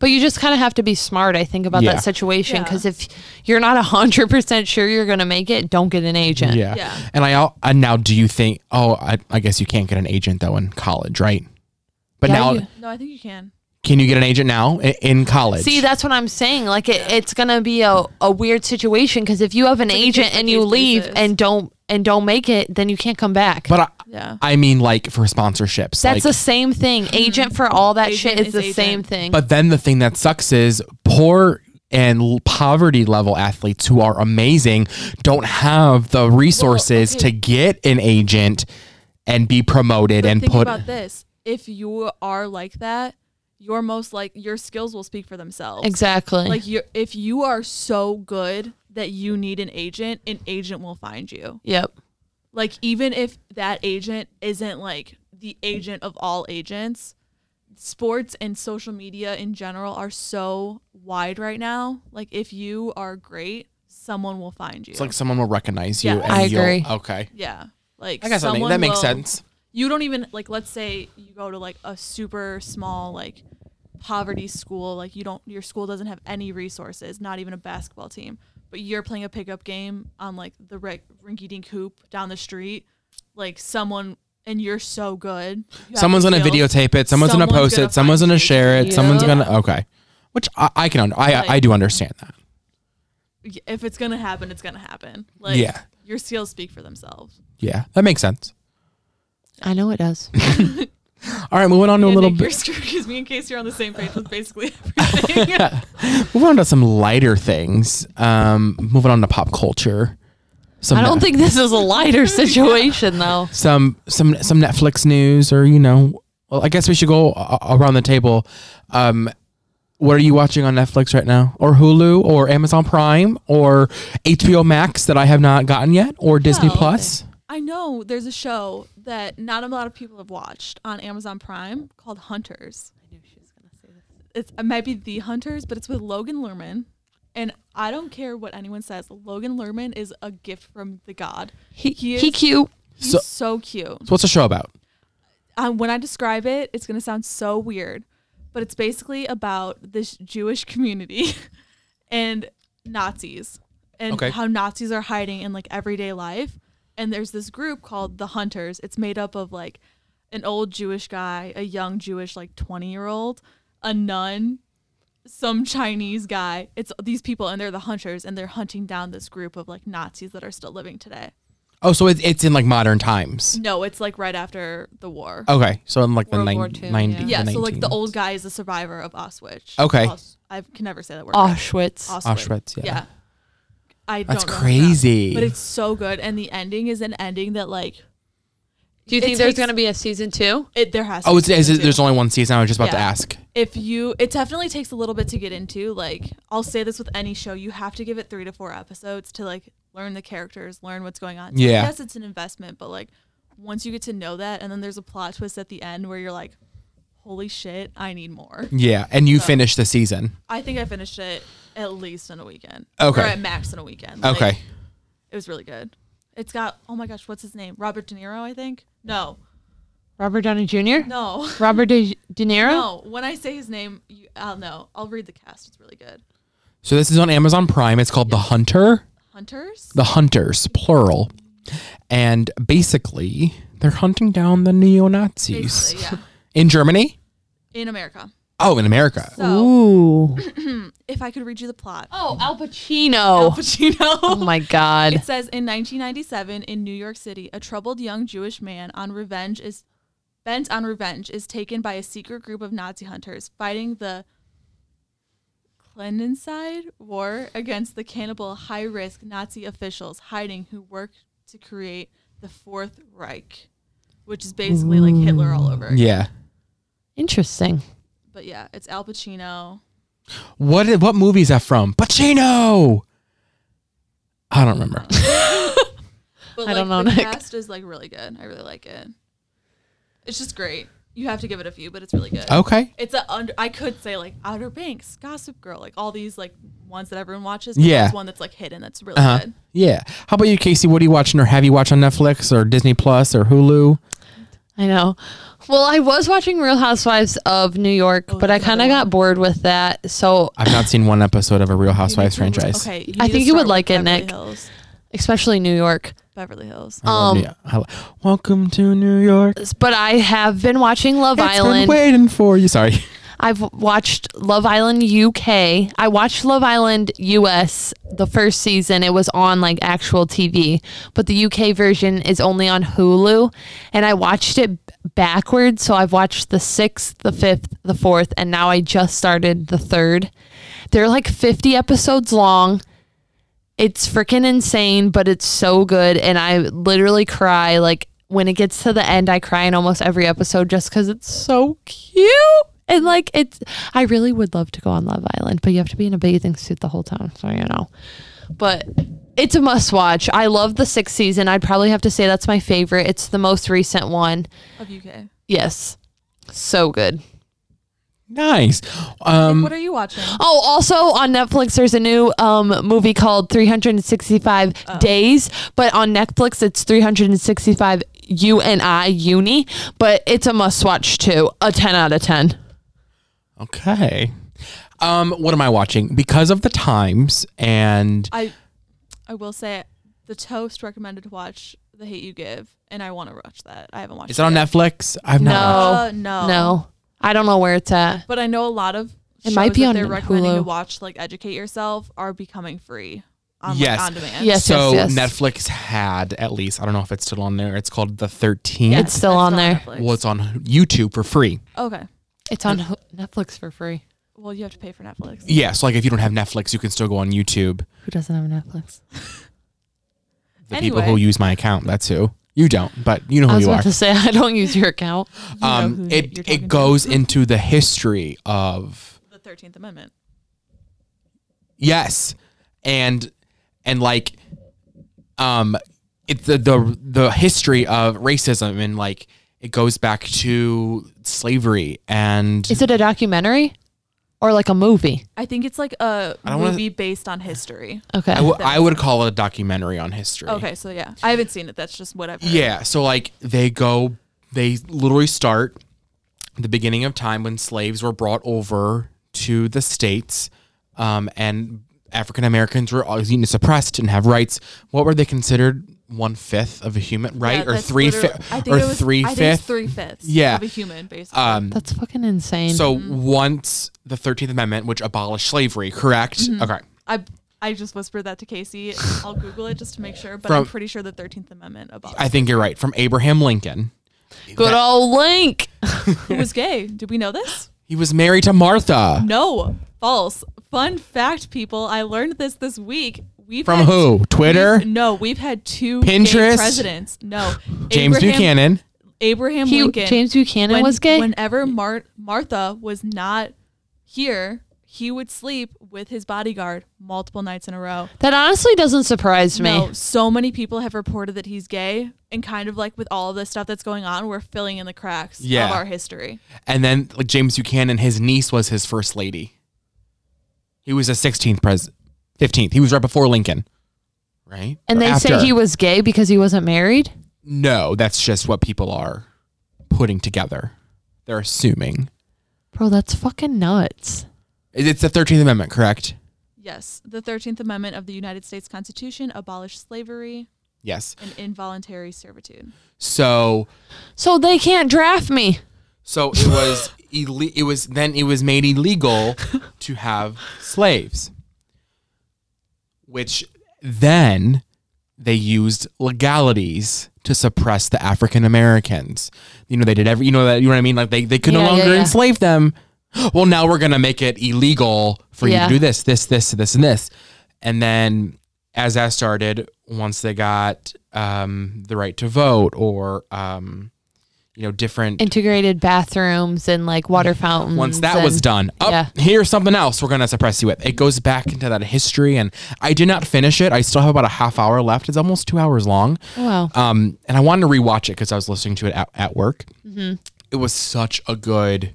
S1: But you just kind of have to be smart, I think, about
S2: Yeah.
S1: that situation.
S3: Yeah.
S1: Because if you're not 100% sure you're going to make it, don't get an agent.
S2: Yeah.
S3: Yeah.
S2: And I, al- and now do you think? Oh, I, I guess you can't get an agent though in college, right? But
S1: Yeah,
S2: now,
S1: you-
S3: No, I think you can.
S2: can you get an agent now i- in college?
S1: See, that's what I'm saying. Like, it, it's going to be a, a weird situation because if you have an
S3: like a
S1: agent and you
S3: case-by-case
S1: leave
S3: basis.
S1: and don't and don't make it, then you can't come back.
S2: but I,
S3: Yeah.
S2: I mean, like for sponsorships,
S1: that's
S2: like,
S1: the same thing. Agent for all that shit
S3: Agent
S1: is
S3: is
S1: the
S3: agent.
S1: same thing.
S2: But then the thing that sucks is poor and l- poverty level athletes who are amazing don't have the resources
S3: okay.
S2: to get an agent and be promoted
S3: But
S2: and
S3: think
S2: put
S3: about this. If you are like that, you're most like your skills will speak for themselves.
S1: exactly.
S3: Like you if you are so good that you need an agent, an agent will find you.
S1: yep.
S3: like even if that agent isn't like the agent of all agents sports and social media in general are so wide right now like if you are great someone will find you
S2: it's like someone will recognize you
S3: Yeah.
S2: and
S1: I
S2: you'll-
S1: agree.
S2: okay
S3: yeah like
S2: I guess that, make,
S3: someone
S2: that makes
S3: will-
S2: sense
S3: you don't even like let's say you go to like a super small like poverty school like you don't your school doesn't have any resources not even a basketball team but you're playing a pickup game on like the ri- rinky-dink hoop down the street like someone and you're so good you have the
S2: someone's gonna
S3: skills,
S2: videote it someone's gonna
S3: someone's
S2: post
S3: gonna
S2: it someone's
S3: find
S2: gonna
S3: you.
S2: share it someone's
S1: Yeah.
S2: gonna okay which I, I can under, I,
S3: Like-
S2: I do understand that
S3: if it's gonna happen it's gonna happen like
S2: Yeah.
S3: your skills speak for themselves
S2: yeah that makes sense
S1: I know it does.
S2: all right moving on to a
S3: Yeah,
S2: little
S3: Nick, you're
S2: bit
S3: screwed 'cause me in case you're on the same page with basically everything
S2: moving on to some lighter things um moving on to pop culture some
S1: I don't think this is a lighter situation, though.
S2: some some some Netflix news or you know well I guess we should go a- a- around the table um what are you watching on Netflix right now or Hulu or Amazon Prime or HBO Max that I have not gotten yet or Disney
S3: Well,
S2: Plus
S3: I know there's a show that not a lot of people have watched on Amazon Prime called Hunters. It's, it might be The Hunters, but it's with Logan Lerman. And I don't care what anyone says, Logan Lerman is a gift from the God.
S1: He,
S3: He
S1: he,
S3: is-
S1: cute.
S3: He's
S2: So-
S3: so, cute.
S2: so what's the show about
S3: Um, when I describe it, it's going to sound so weird, but it's basically about this Jewish community and Nazis and
S2: Okay.
S3: how Nazis are hiding in like everyday life. And there's this group called the Hunters. It's made up of like an old Jewish guy, a young Jewish like 20 year old, a nun, some Chinese guy. It's these people and they're the Hunters and they're hunting down this group of like Nazis that are still living today.
S2: oh so it, it's in like modern times
S3: No, it's like right after the war.
S2: okay so in like the
S1: World
S2: nine-
S1: War Two,
S2: 90
S1: yeah.
S2: the
S3: Yeah, so like the
S2: 19.
S3: old guy is a survivor of Auschwitz.
S2: Okay.
S3: Aus- I can never say that word. right.
S1: Auschwitz.
S2: Auschwitz, yeah.
S3: I
S2: That's
S3: don't know
S2: crazy.
S3: That, but it's so good, and the ending is an ending that like
S1: Do you
S3: It
S1: think there's
S3: takes-
S1: going to be a season two?
S3: it. There has. To
S2: oh
S3: be
S2: it's, is
S3: season
S2: it,
S3: two.
S2: there's only one season I was just about to
S3: Yeah.
S2: ask
S3: if you, it definitely takes a little bit to get into. Like I'll say this with any show, you have to give it three to four episodes to like learn the characters, learn what's going on. So
S2: Yeah.
S3: Yes, it's an investment, but like once you get to know that, and then there's a plot twist at the end where you're like, holy shit, I need more.
S2: Yeah, and you finished the season.
S3: I think I finished it at least in a weekend.
S2: Okay.
S3: Or at max in a weekend. Like,
S2: Okay.
S3: It was really good. It's got oh my gosh, what's his name? Robert De Niro, I think. No,
S1: Robert Downey Jr.
S3: no,
S1: Robert De, De Niro.
S3: no. When I say his name, you, I'll know. I'll read the cast. It's really good.
S2: So this is on Amazon Prime. It's called The Hunter.
S3: Hunters.
S2: The Hunters, plural. And basically, they're hunting down the neo Nazis
S3: Basically, yeah.
S2: in Germany.
S3: In America.
S2: Oh, in America.
S3: So
S1: Ooh.
S3: if I could read you the plot,
S1: Oh, Al Pacino.
S3: Al Pacino.
S1: Oh my God.
S3: It says in 1997 in New York City, a troubled young Jewish man on revenge is bent on revenge is taken by a secret group of Nazi hunters fighting the Clemencide war against the cannibal high-risk Nazi officials hiding who worked to create the Fourth Reich, which is basically like Hitler all over.
S2: Yeah.
S1: Interesting.
S3: But yeah, it's Al Pacino.
S2: What what movie is that from? Pacino. I don't remember.
S3: But
S1: I
S3: like,
S1: don't know,
S3: the
S1: Nick.
S3: cast is like really good. I really like it. It's just great. You have to give it a few, but it's really good.
S2: okay.
S3: it's a under I could say like Outer Banks, Gossip Girl, like all these like ones that everyone watches. but
S2: Yeah.
S3: there's one that's like hidden that's really
S2: Uh-huh.
S3: good.
S2: Yeah. How about you, Casey? What are you watching or have you watched on Netflix or Disney Plus or Hulu?
S1: I know. Well, I was watching Real Housewives of New York,
S2: Oh,
S1: but I
S3: that's
S1: kind of
S3: another
S1: got bored with that. So,
S2: I've not seen one episode of a Real Housewives franchise.
S3: Okay,
S1: I
S3: need to
S1: think you
S3: start
S1: would
S3: with
S1: like it,
S3: Beverly
S1: Nick.
S3: Hills.
S1: especially New York.
S3: Beverly Hills.
S2: I love
S1: Um,
S2: New- I lo- Welcome to New York.
S1: But I have been watching Love
S2: It's been
S1: Island.
S2: waiting for you. Sorry.
S1: I've watched Love Island UK. I watched Love Island US the first season. It was on like actual TV, but the UK version is only on Hulu. And I watched it backwards. So I've watched the sixth, the fifth, the fourth, and now I just started the third. They're like 50 episodes long. It's freaking insane, but it's so good. And I literally cry. Like when it gets to the end, I cry in almost every episode just because it's so cute. And like it's, I really would love to go on Love Island, but you have to be in a bathing suit the whole time. So, you know, but it's a must watch. I love the sixth season. I'd probably have to say that's my favorite. It's the most recent one.
S3: Of UK.
S1: Yes. So good.
S2: Nice. Um,
S3: what are you watching?
S1: Oh, also on Netflix, there's a new um, movie called 365 Days, but on Netflix, it's 365 U and I Uni, but it's a must watch too. A 10 out of 10.
S2: Okay. Um, what am I watching? Because of the times and
S3: I I will say it. the toast recommended to watch The Hate You Give, and I want to watch that. I haven't watched
S2: is it on
S3: yet.
S2: Netflix? I've
S1: No.
S2: not.
S3: Uh, no.
S1: No, I don't know where it's at.
S3: But I know a lot of
S1: It
S3: shows
S1: might be
S3: that
S1: on
S3: they're recommending to
S1: Hulu.
S3: watch, like educate yourself, are becoming free on like,
S2: Yes.
S3: on demand.
S1: Yes.
S2: So
S1: yes.
S2: Netflix had at least I don't know if it's still on there. It's called The Thirteenth.
S1: Yeah, it's still
S3: That's
S1: on there.
S3: Netflix.
S2: well, it's on YouTube for free.
S3: okay.
S1: It's on Ho- Netflix for free.
S3: Well, you have to pay for Netflix.
S2: Yeah, so like if you don't have Netflix, you can still go on YouTube.
S1: Who doesn't have Netflix?
S2: The people who
S3: Anyway.
S2: use my account, that's who. You don't, but you know
S1: I
S2: who
S1: was
S2: Oh, you
S1: about
S2: are.
S1: to say, I don't use your account.
S3: know
S2: um,
S3: who you're
S2: it
S3: talking
S2: it
S3: to.
S2: goes into the history of
S3: The Thirteenth Amendment.
S2: Yes, and and like, um, it the the the history of racism and like it goes back to slavery and
S1: Is it a documentary or like a movie?
S3: I think it's like a
S2: don't wanna-
S3: movie based on history.
S1: Okay.
S2: I, w- I would call it a documentary on history.
S3: Okay, so yeah, I haven't seen it. That's just what I've. heard.
S2: Yeah. So like they go, they literally start the beginning of time when slaves were brought over to the states, um, and African Americans were always you know, suppressed and have rights. What were they considered? One fifth of a human,
S3: Yeah,
S2: right? or
S3: that's
S2: three
S3: literally-
S2: fifth?
S3: I think
S2: Or
S3: it was-
S2: three
S3: I think it's
S2: fifth?
S3: three fifths.
S2: Yeah.
S3: of a human basically.
S2: Um,
S1: That's fucking insane.
S2: so
S3: Mm-hmm.
S2: once the Thirteenth Amendment, which abolished slavery, correct?
S3: Mm-hmm.
S2: Okay.
S3: I I just whispered that to Casey. I'll Google it just to make sure, but I'm
S2: From-
S3: pretty sure the Thirteenth Amendment about
S2: I think you're right. From Abraham Lincoln,
S1: good old Link.
S3: who was gay. Did we know this?
S2: he was married to Martha.
S3: No, false. Fun fact, people. I learned this this week. We've
S2: From
S3: had-
S2: who? Twitter,
S3: We've- no, we've had two gay
S2: Pinterest?
S3: presidents. No,
S2: James
S3: Abraham-
S2: Buchanan.
S3: Abraham
S1: He,
S3: Lincoln.
S1: James Buchanan
S3: When-
S1: was gay.
S3: Whenever Mar- Martha was not here, he would sleep with his bodyguard multiple nights in a row.
S1: That honestly doesn't surprise me.
S3: No, so many people have reported that he's gay, and kind of like with all the stuff that's going on, we're filling in the cracks
S2: Yeah.
S3: of our history.
S2: And then like James Buchanan, his niece was his first lady. He was a 16th president, 15th. He was right before Lincoln, right?
S1: And
S2: Or
S1: they say
S2: after.
S1: he was gay because he wasn't married.
S2: No, that's just what people are putting together. They're assuming
S1: Bro, that's fucking nuts.
S2: It- it's the 13th Amendment, correct?
S3: Yes, the Thirteenth Amendment of the United States Constitution abolished slavery
S2: Yes.
S3: and involuntary servitude.
S2: So,
S1: So they can't draft me.
S2: so it was ille- it was then it was made illegal to have slaves. Which then they used legalities to suppress the African Americans. You know, they did every you know that you know what I mean? Like they, they could
S1: Yeah,
S2: no
S1: yeah,
S2: longer
S1: yeah.
S2: enslave them. Well, now we're gonna make it illegal for you
S1: Yeah.
S2: to do this, this, this, this, and this. And then as that started, once they got um, the right to vote or um, you know, different
S1: Integrated bathrooms and like water fountains.
S3: Mm,
S2: once that
S1: and-
S2: was done, up
S1: yeah.
S2: here's something else we're gonna suppress you with. It goes back into that history, and I did not finish it. I still have about a half hour left. It's almost two hours long.
S1: Oh,
S3: Mm.
S1: Wow.
S2: Um, and I wanted to rewatch it because I was listening to it at, at work.
S3: Mm-hmm.
S2: It was such a good.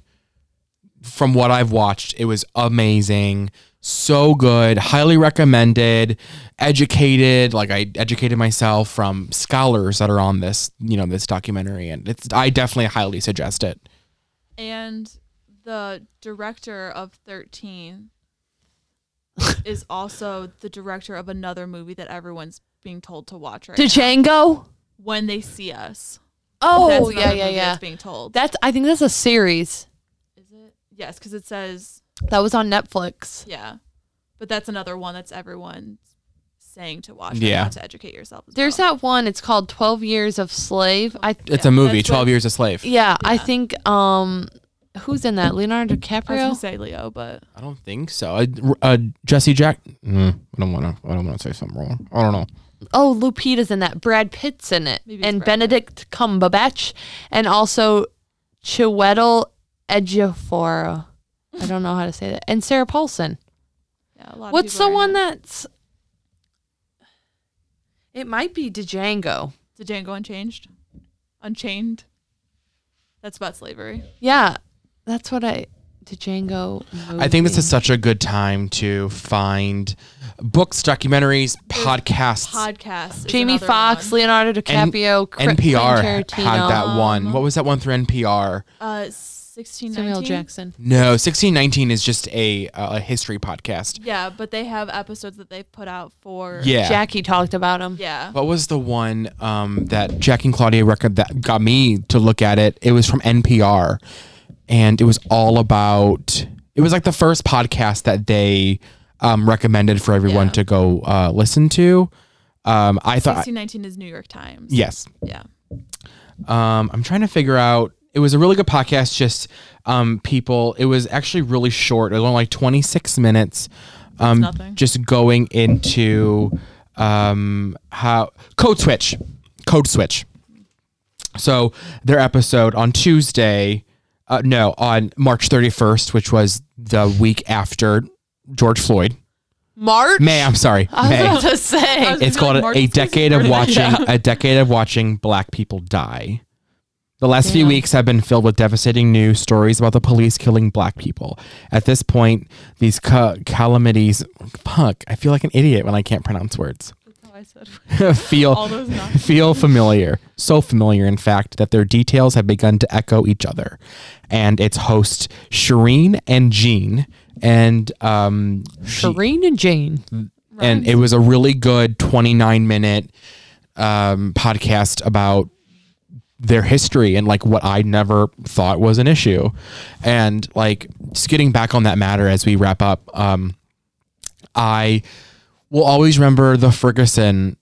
S2: From what I've watched, it was amazing. So good, highly recommended, educated. Like I educated myself from scholars that are on this, you know, this documentary, and it's. I definitely highly suggest it.
S3: And the director of 13 is also the director of another movie that everyone's being told to watch right
S1: To Django?
S3: now. when they see us.
S1: Oh,
S3: another
S1: yeah, yeah,
S3: movie
S1: yeah.
S3: That's being told.
S1: That's, I think that's a series.
S3: Is it? Yes, because it says
S1: That was on Netflix.
S3: yeah, but that's another one that's everyone's saying to watch.
S2: Yeah.
S3: Yeah, to educate yourself. as
S1: There's
S3: well.
S1: that one. It's called 12 Years of Slave. I
S2: It's
S3: Yeah,
S2: a movie,
S3: that's
S2: Twelve
S3: what-
S2: Years a Slave.
S1: yeah, I think um who's in that? Leonardo
S3: I was gonna
S1: DiCaprio?
S3: say Leo, but
S2: I don't think so. Uh, uh, Jesse Jack. Mm, I don't want to. I don't want to say something wrong. I don't know.
S1: Oh, Lupita's in that. Brad Pitt's in it.
S3: Maybe it's
S1: and
S3: Brad Pitt.
S1: Benedict Cumberbatch and also Chiwetel Ejiofor. I don't know how to say that. And Sarah Paulson.
S3: yeah, a lot.
S1: What's
S3: of
S1: the
S3: people are
S1: one
S3: in it.
S1: that's It might be Django.
S3: Did Django Unchanged? Unchained. That's about slavery.
S1: Yeah. That's what I Django.
S2: I think this
S1: movie.
S2: is such a good time to find books, documentaries, podcasts.
S3: Podcast. is
S1: Jamie
S3: another
S1: Foxx,
S3: one.
S1: Leonardo DiCaprio, Cri-
S2: NPR
S1: Quentin
S2: had
S1: Tarantino,
S2: that one. What was that one through NPR?
S3: Uh, sixteen.
S1: Samuel
S3: 19?
S1: Jackson.
S2: No, sixteen nineteen is just a uh, a history podcast.
S3: Yeah, but they have episodes that they've put out for.
S2: Yeah.
S1: Jackie talked about him.
S3: Yeah.
S2: What was the one um, that Jack and Claudia record that got me to look at it? It was from NPR, and it was all about. It was like the first podcast that they um, recommended for everyone
S3: Yeah.
S2: to go uh, listen to. Um, I Mm. thought,
S3: Sixteen nineteen is New York Times.
S2: yes,
S3: Yeah.
S2: um, I'm trying to figure out. It was a really good podcast. Just um, people. It was actually really short. It was only like 26 minutes. Um,
S3: nothing.
S2: Just going into um, how code switch, code switch. So their episode on Tuesday, uh, no, on March 31st, which was the week after George Floyd.
S1: March.
S2: May, I'm sorry.
S1: I was
S2: May
S1: about to say.
S3: was
S2: it's
S3: gonna
S2: called
S3: be
S2: a-
S3: like,
S2: a
S3: Marcus Garvey
S2: decade of
S3: Garvey.
S2: watching
S3: Yeah.
S2: a decade of watching black people die the last few
S1: Damn.
S2: weeks have been filled with devastating news stories about the police killing black people at this point these ca- calamities fuck i feel like an idiot when i can't pronounce words
S3: That's how Oh, I said
S2: feel
S3: all those. Not-
S2: feel familiar, so familiar, in fact, that their details have begun to echo each other. And its hosts, Shireen and Jean, and um, Jean-
S1: Shireen and Jane.
S2: and it was a really good 29 minute um, podcast about their history and like what I never thought was an issue. And like just getting back on that matter as we wrap up, um, I will always remember the Ferguson,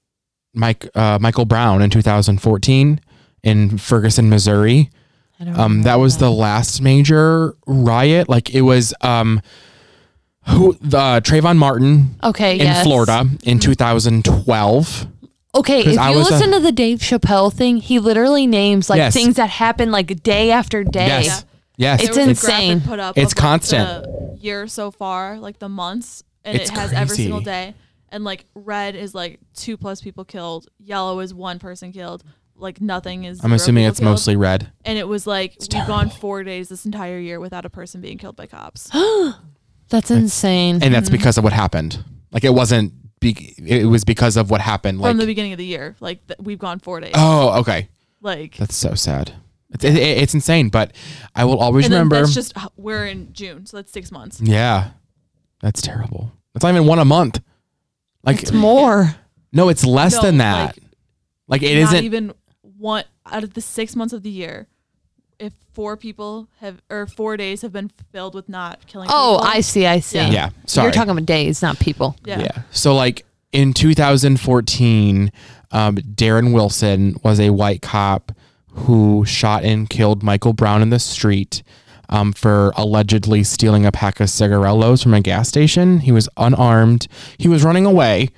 S2: Mike, uh, Michael Brown in 2014 in Ferguson, Missouri.
S1: I don't
S2: Um, that was the last major riot. Like it was, um, who the Trayvon Martin
S1: Okay.
S2: in
S1: yes.
S2: Florida in
S3: Mm-hmm.
S2: 2012.
S1: Okay. If
S2: 'Cause
S1: you
S2: I was a-
S1: listen to the Dave Chappelle thing, he literally names like
S2: Yes.
S1: things that happen like day after day.
S2: Yes. Yes.
S1: It's
S3: There was a graphic
S1: insane.
S3: put up
S2: It's
S3: of, like,
S2: constant.
S3: the year so far, like the months, and
S2: It's
S3: it has every
S2: crazy.
S3: single day. And like red is like two plus people killed. Yellow is one person killed. Like nothing is.
S2: I'm
S3: zero
S2: assuming
S3: people
S2: it's
S3: killed.
S2: mostly red.
S3: And it was like we've gone four days this entire year without a person being killed by cops.
S1: That's insane.
S2: And
S3: Mm-hmm.
S2: that's because of what happened. Like it wasn't be- it was because of what happened like
S3: From the beginning of the year, like th- we've gone four days.
S2: Oh, okay.
S3: like
S2: That's so sad. It's, it, it- it's insane, but I will always
S3: and
S2: remember
S3: Then that's just h- we're in June, so that's six months.
S2: Yeah. That's terrible. That's not even one a month. Like
S1: it's more.
S2: no, it's less
S3: No,
S2: than that.
S3: like,
S2: Like, it
S3: not
S2: isn't
S3: even one out of the six months of the year. If four people have or four days have been filled with not killing.
S1: Oh,
S3: people,
S1: I see. I see.
S3: Yeah.
S2: Yeah. Sorry.
S1: You're talking about days, not people.
S3: yeah.
S2: So like in 2014, um, Darren Wilson was a white cop who shot and killed Michael Brown in the street um, for allegedly stealing a pack of cigarellos from a gas station. He was unarmed. He was running away,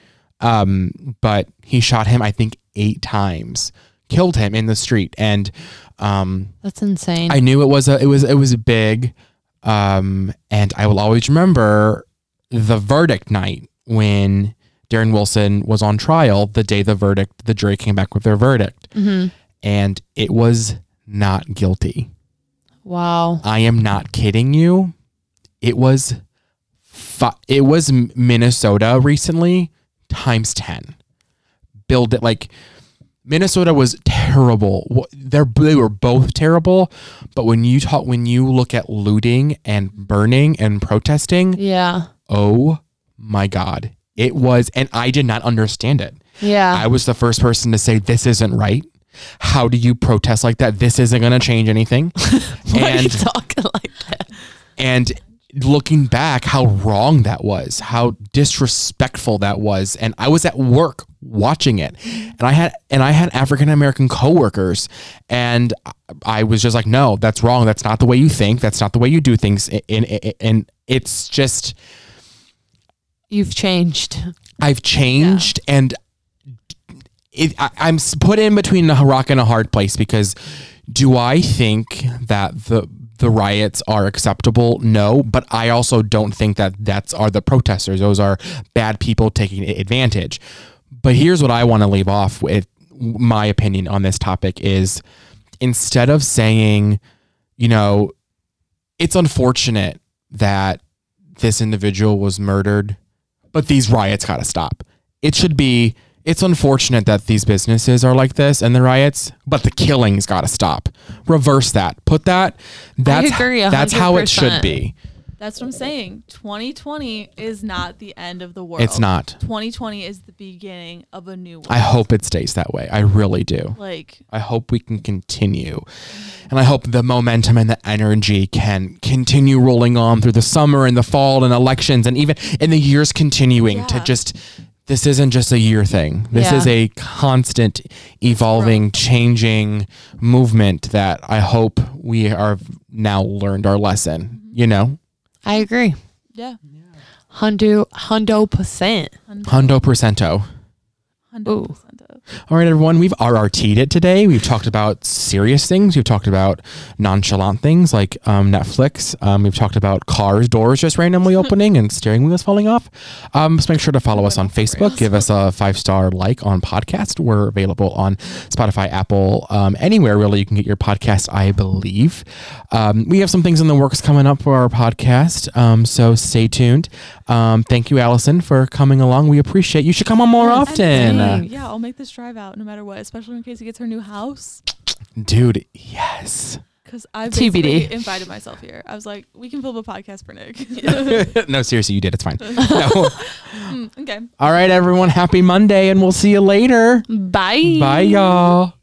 S2: um, but he shot him, I think, eight times, killed him in the street. And um,
S1: That's insane.
S2: I knew it was a it was it was big, um, and I will always remember the verdict night when Darren Wilson was on trial. The day the verdict, the jury came back with their verdict, and it was not guilty.
S1: wow.
S2: I am not kidding you. It was, fi- it was M- Minnesota recently times ten. Build it like Minnesota was terrible. Wha- They're they were both terrible, but when you talk when you look at looting and burning and protesting,
S1: Yeah.
S2: oh my god, it was. And I did not understand it.
S1: Yeah.
S2: I was the first person to say this isn't right. How do you protest like that? This isn't going to change anything.
S1: Why are you talking like that?
S2: and looking back how wrong that was how disrespectful that was and i was at work watching it and i had and i had african american coworkers and i was just like no that's wrong that's not the way you think that's not the way you do things and and, and it's just
S1: You've changed.
S2: I've changed and it, I, I'm s- put in between a rock and a hard place because do I think that the the riots are acceptable? No, but I also don't think that that's are the protesters. Those are bad people taking a- advantage. But here's what I want to leave off with my opinion on this topic is instead of saying, you know, it's unfortunate that this individual was murdered, but these riots got to stop. It should be, it's unfortunate that these businesses are like this and the riots, but the killings got to stop. Reverse that. Put that, that's,
S1: agree a
S2: that's how it should
S1: 100%.
S2: be.
S3: That's what I'm saying. 2020 is not the end of the world.
S2: It's not.
S3: 2020 is the beginning of a new world.
S2: I hope it stays that way. I really do.
S3: like
S2: I hope we can continue. And I hope the momentum and the energy can continue rolling on through the summer and the fall and elections and even in the years continuing to
S3: Yeah.
S2: just this isn't just a year thing. This
S1: Yeah.
S2: is a constant evolving, changing movement that I hope we are now learned our lesson, you know?
S1: I agree.
S3: yeah,
S1: Hundo, hundo percent.
S2: Hundo percento.
S3: 100 percent of.
S2: All right, everyone, we've RRT'd it today. We've talked about serious things. We've talked about nonchalant things like um, Netflix. Um, we've talked about cars, doors just randomly opening and steering wheels falling off. Um, just make sure to follow us on Facebook. Give us a five star like on podcast. We're available on Spotify, Apple, um, anywhere really you can get your podcast, I believe. Um, we have some things in the works coming up for our podcast, um, so stay tuned. Um, thank you, Allison, for coming along. We appreciate You should come on more often.
S3: Dang, yeah, I'll make this drive out no matter what, especially when Casey gets her new house.
S2: Dude, yes.
S3: Because I
S1: TBD.
S3: basically invited myself here. I was like, we can film a podcast for Nick. Mm,
S2: no, seriously, you did. It's fine. No.
S3: okay.
S2: All right, everyone. Happy Monday, and we'll see you later.
S1: Bye.
S2: Bye, y'all.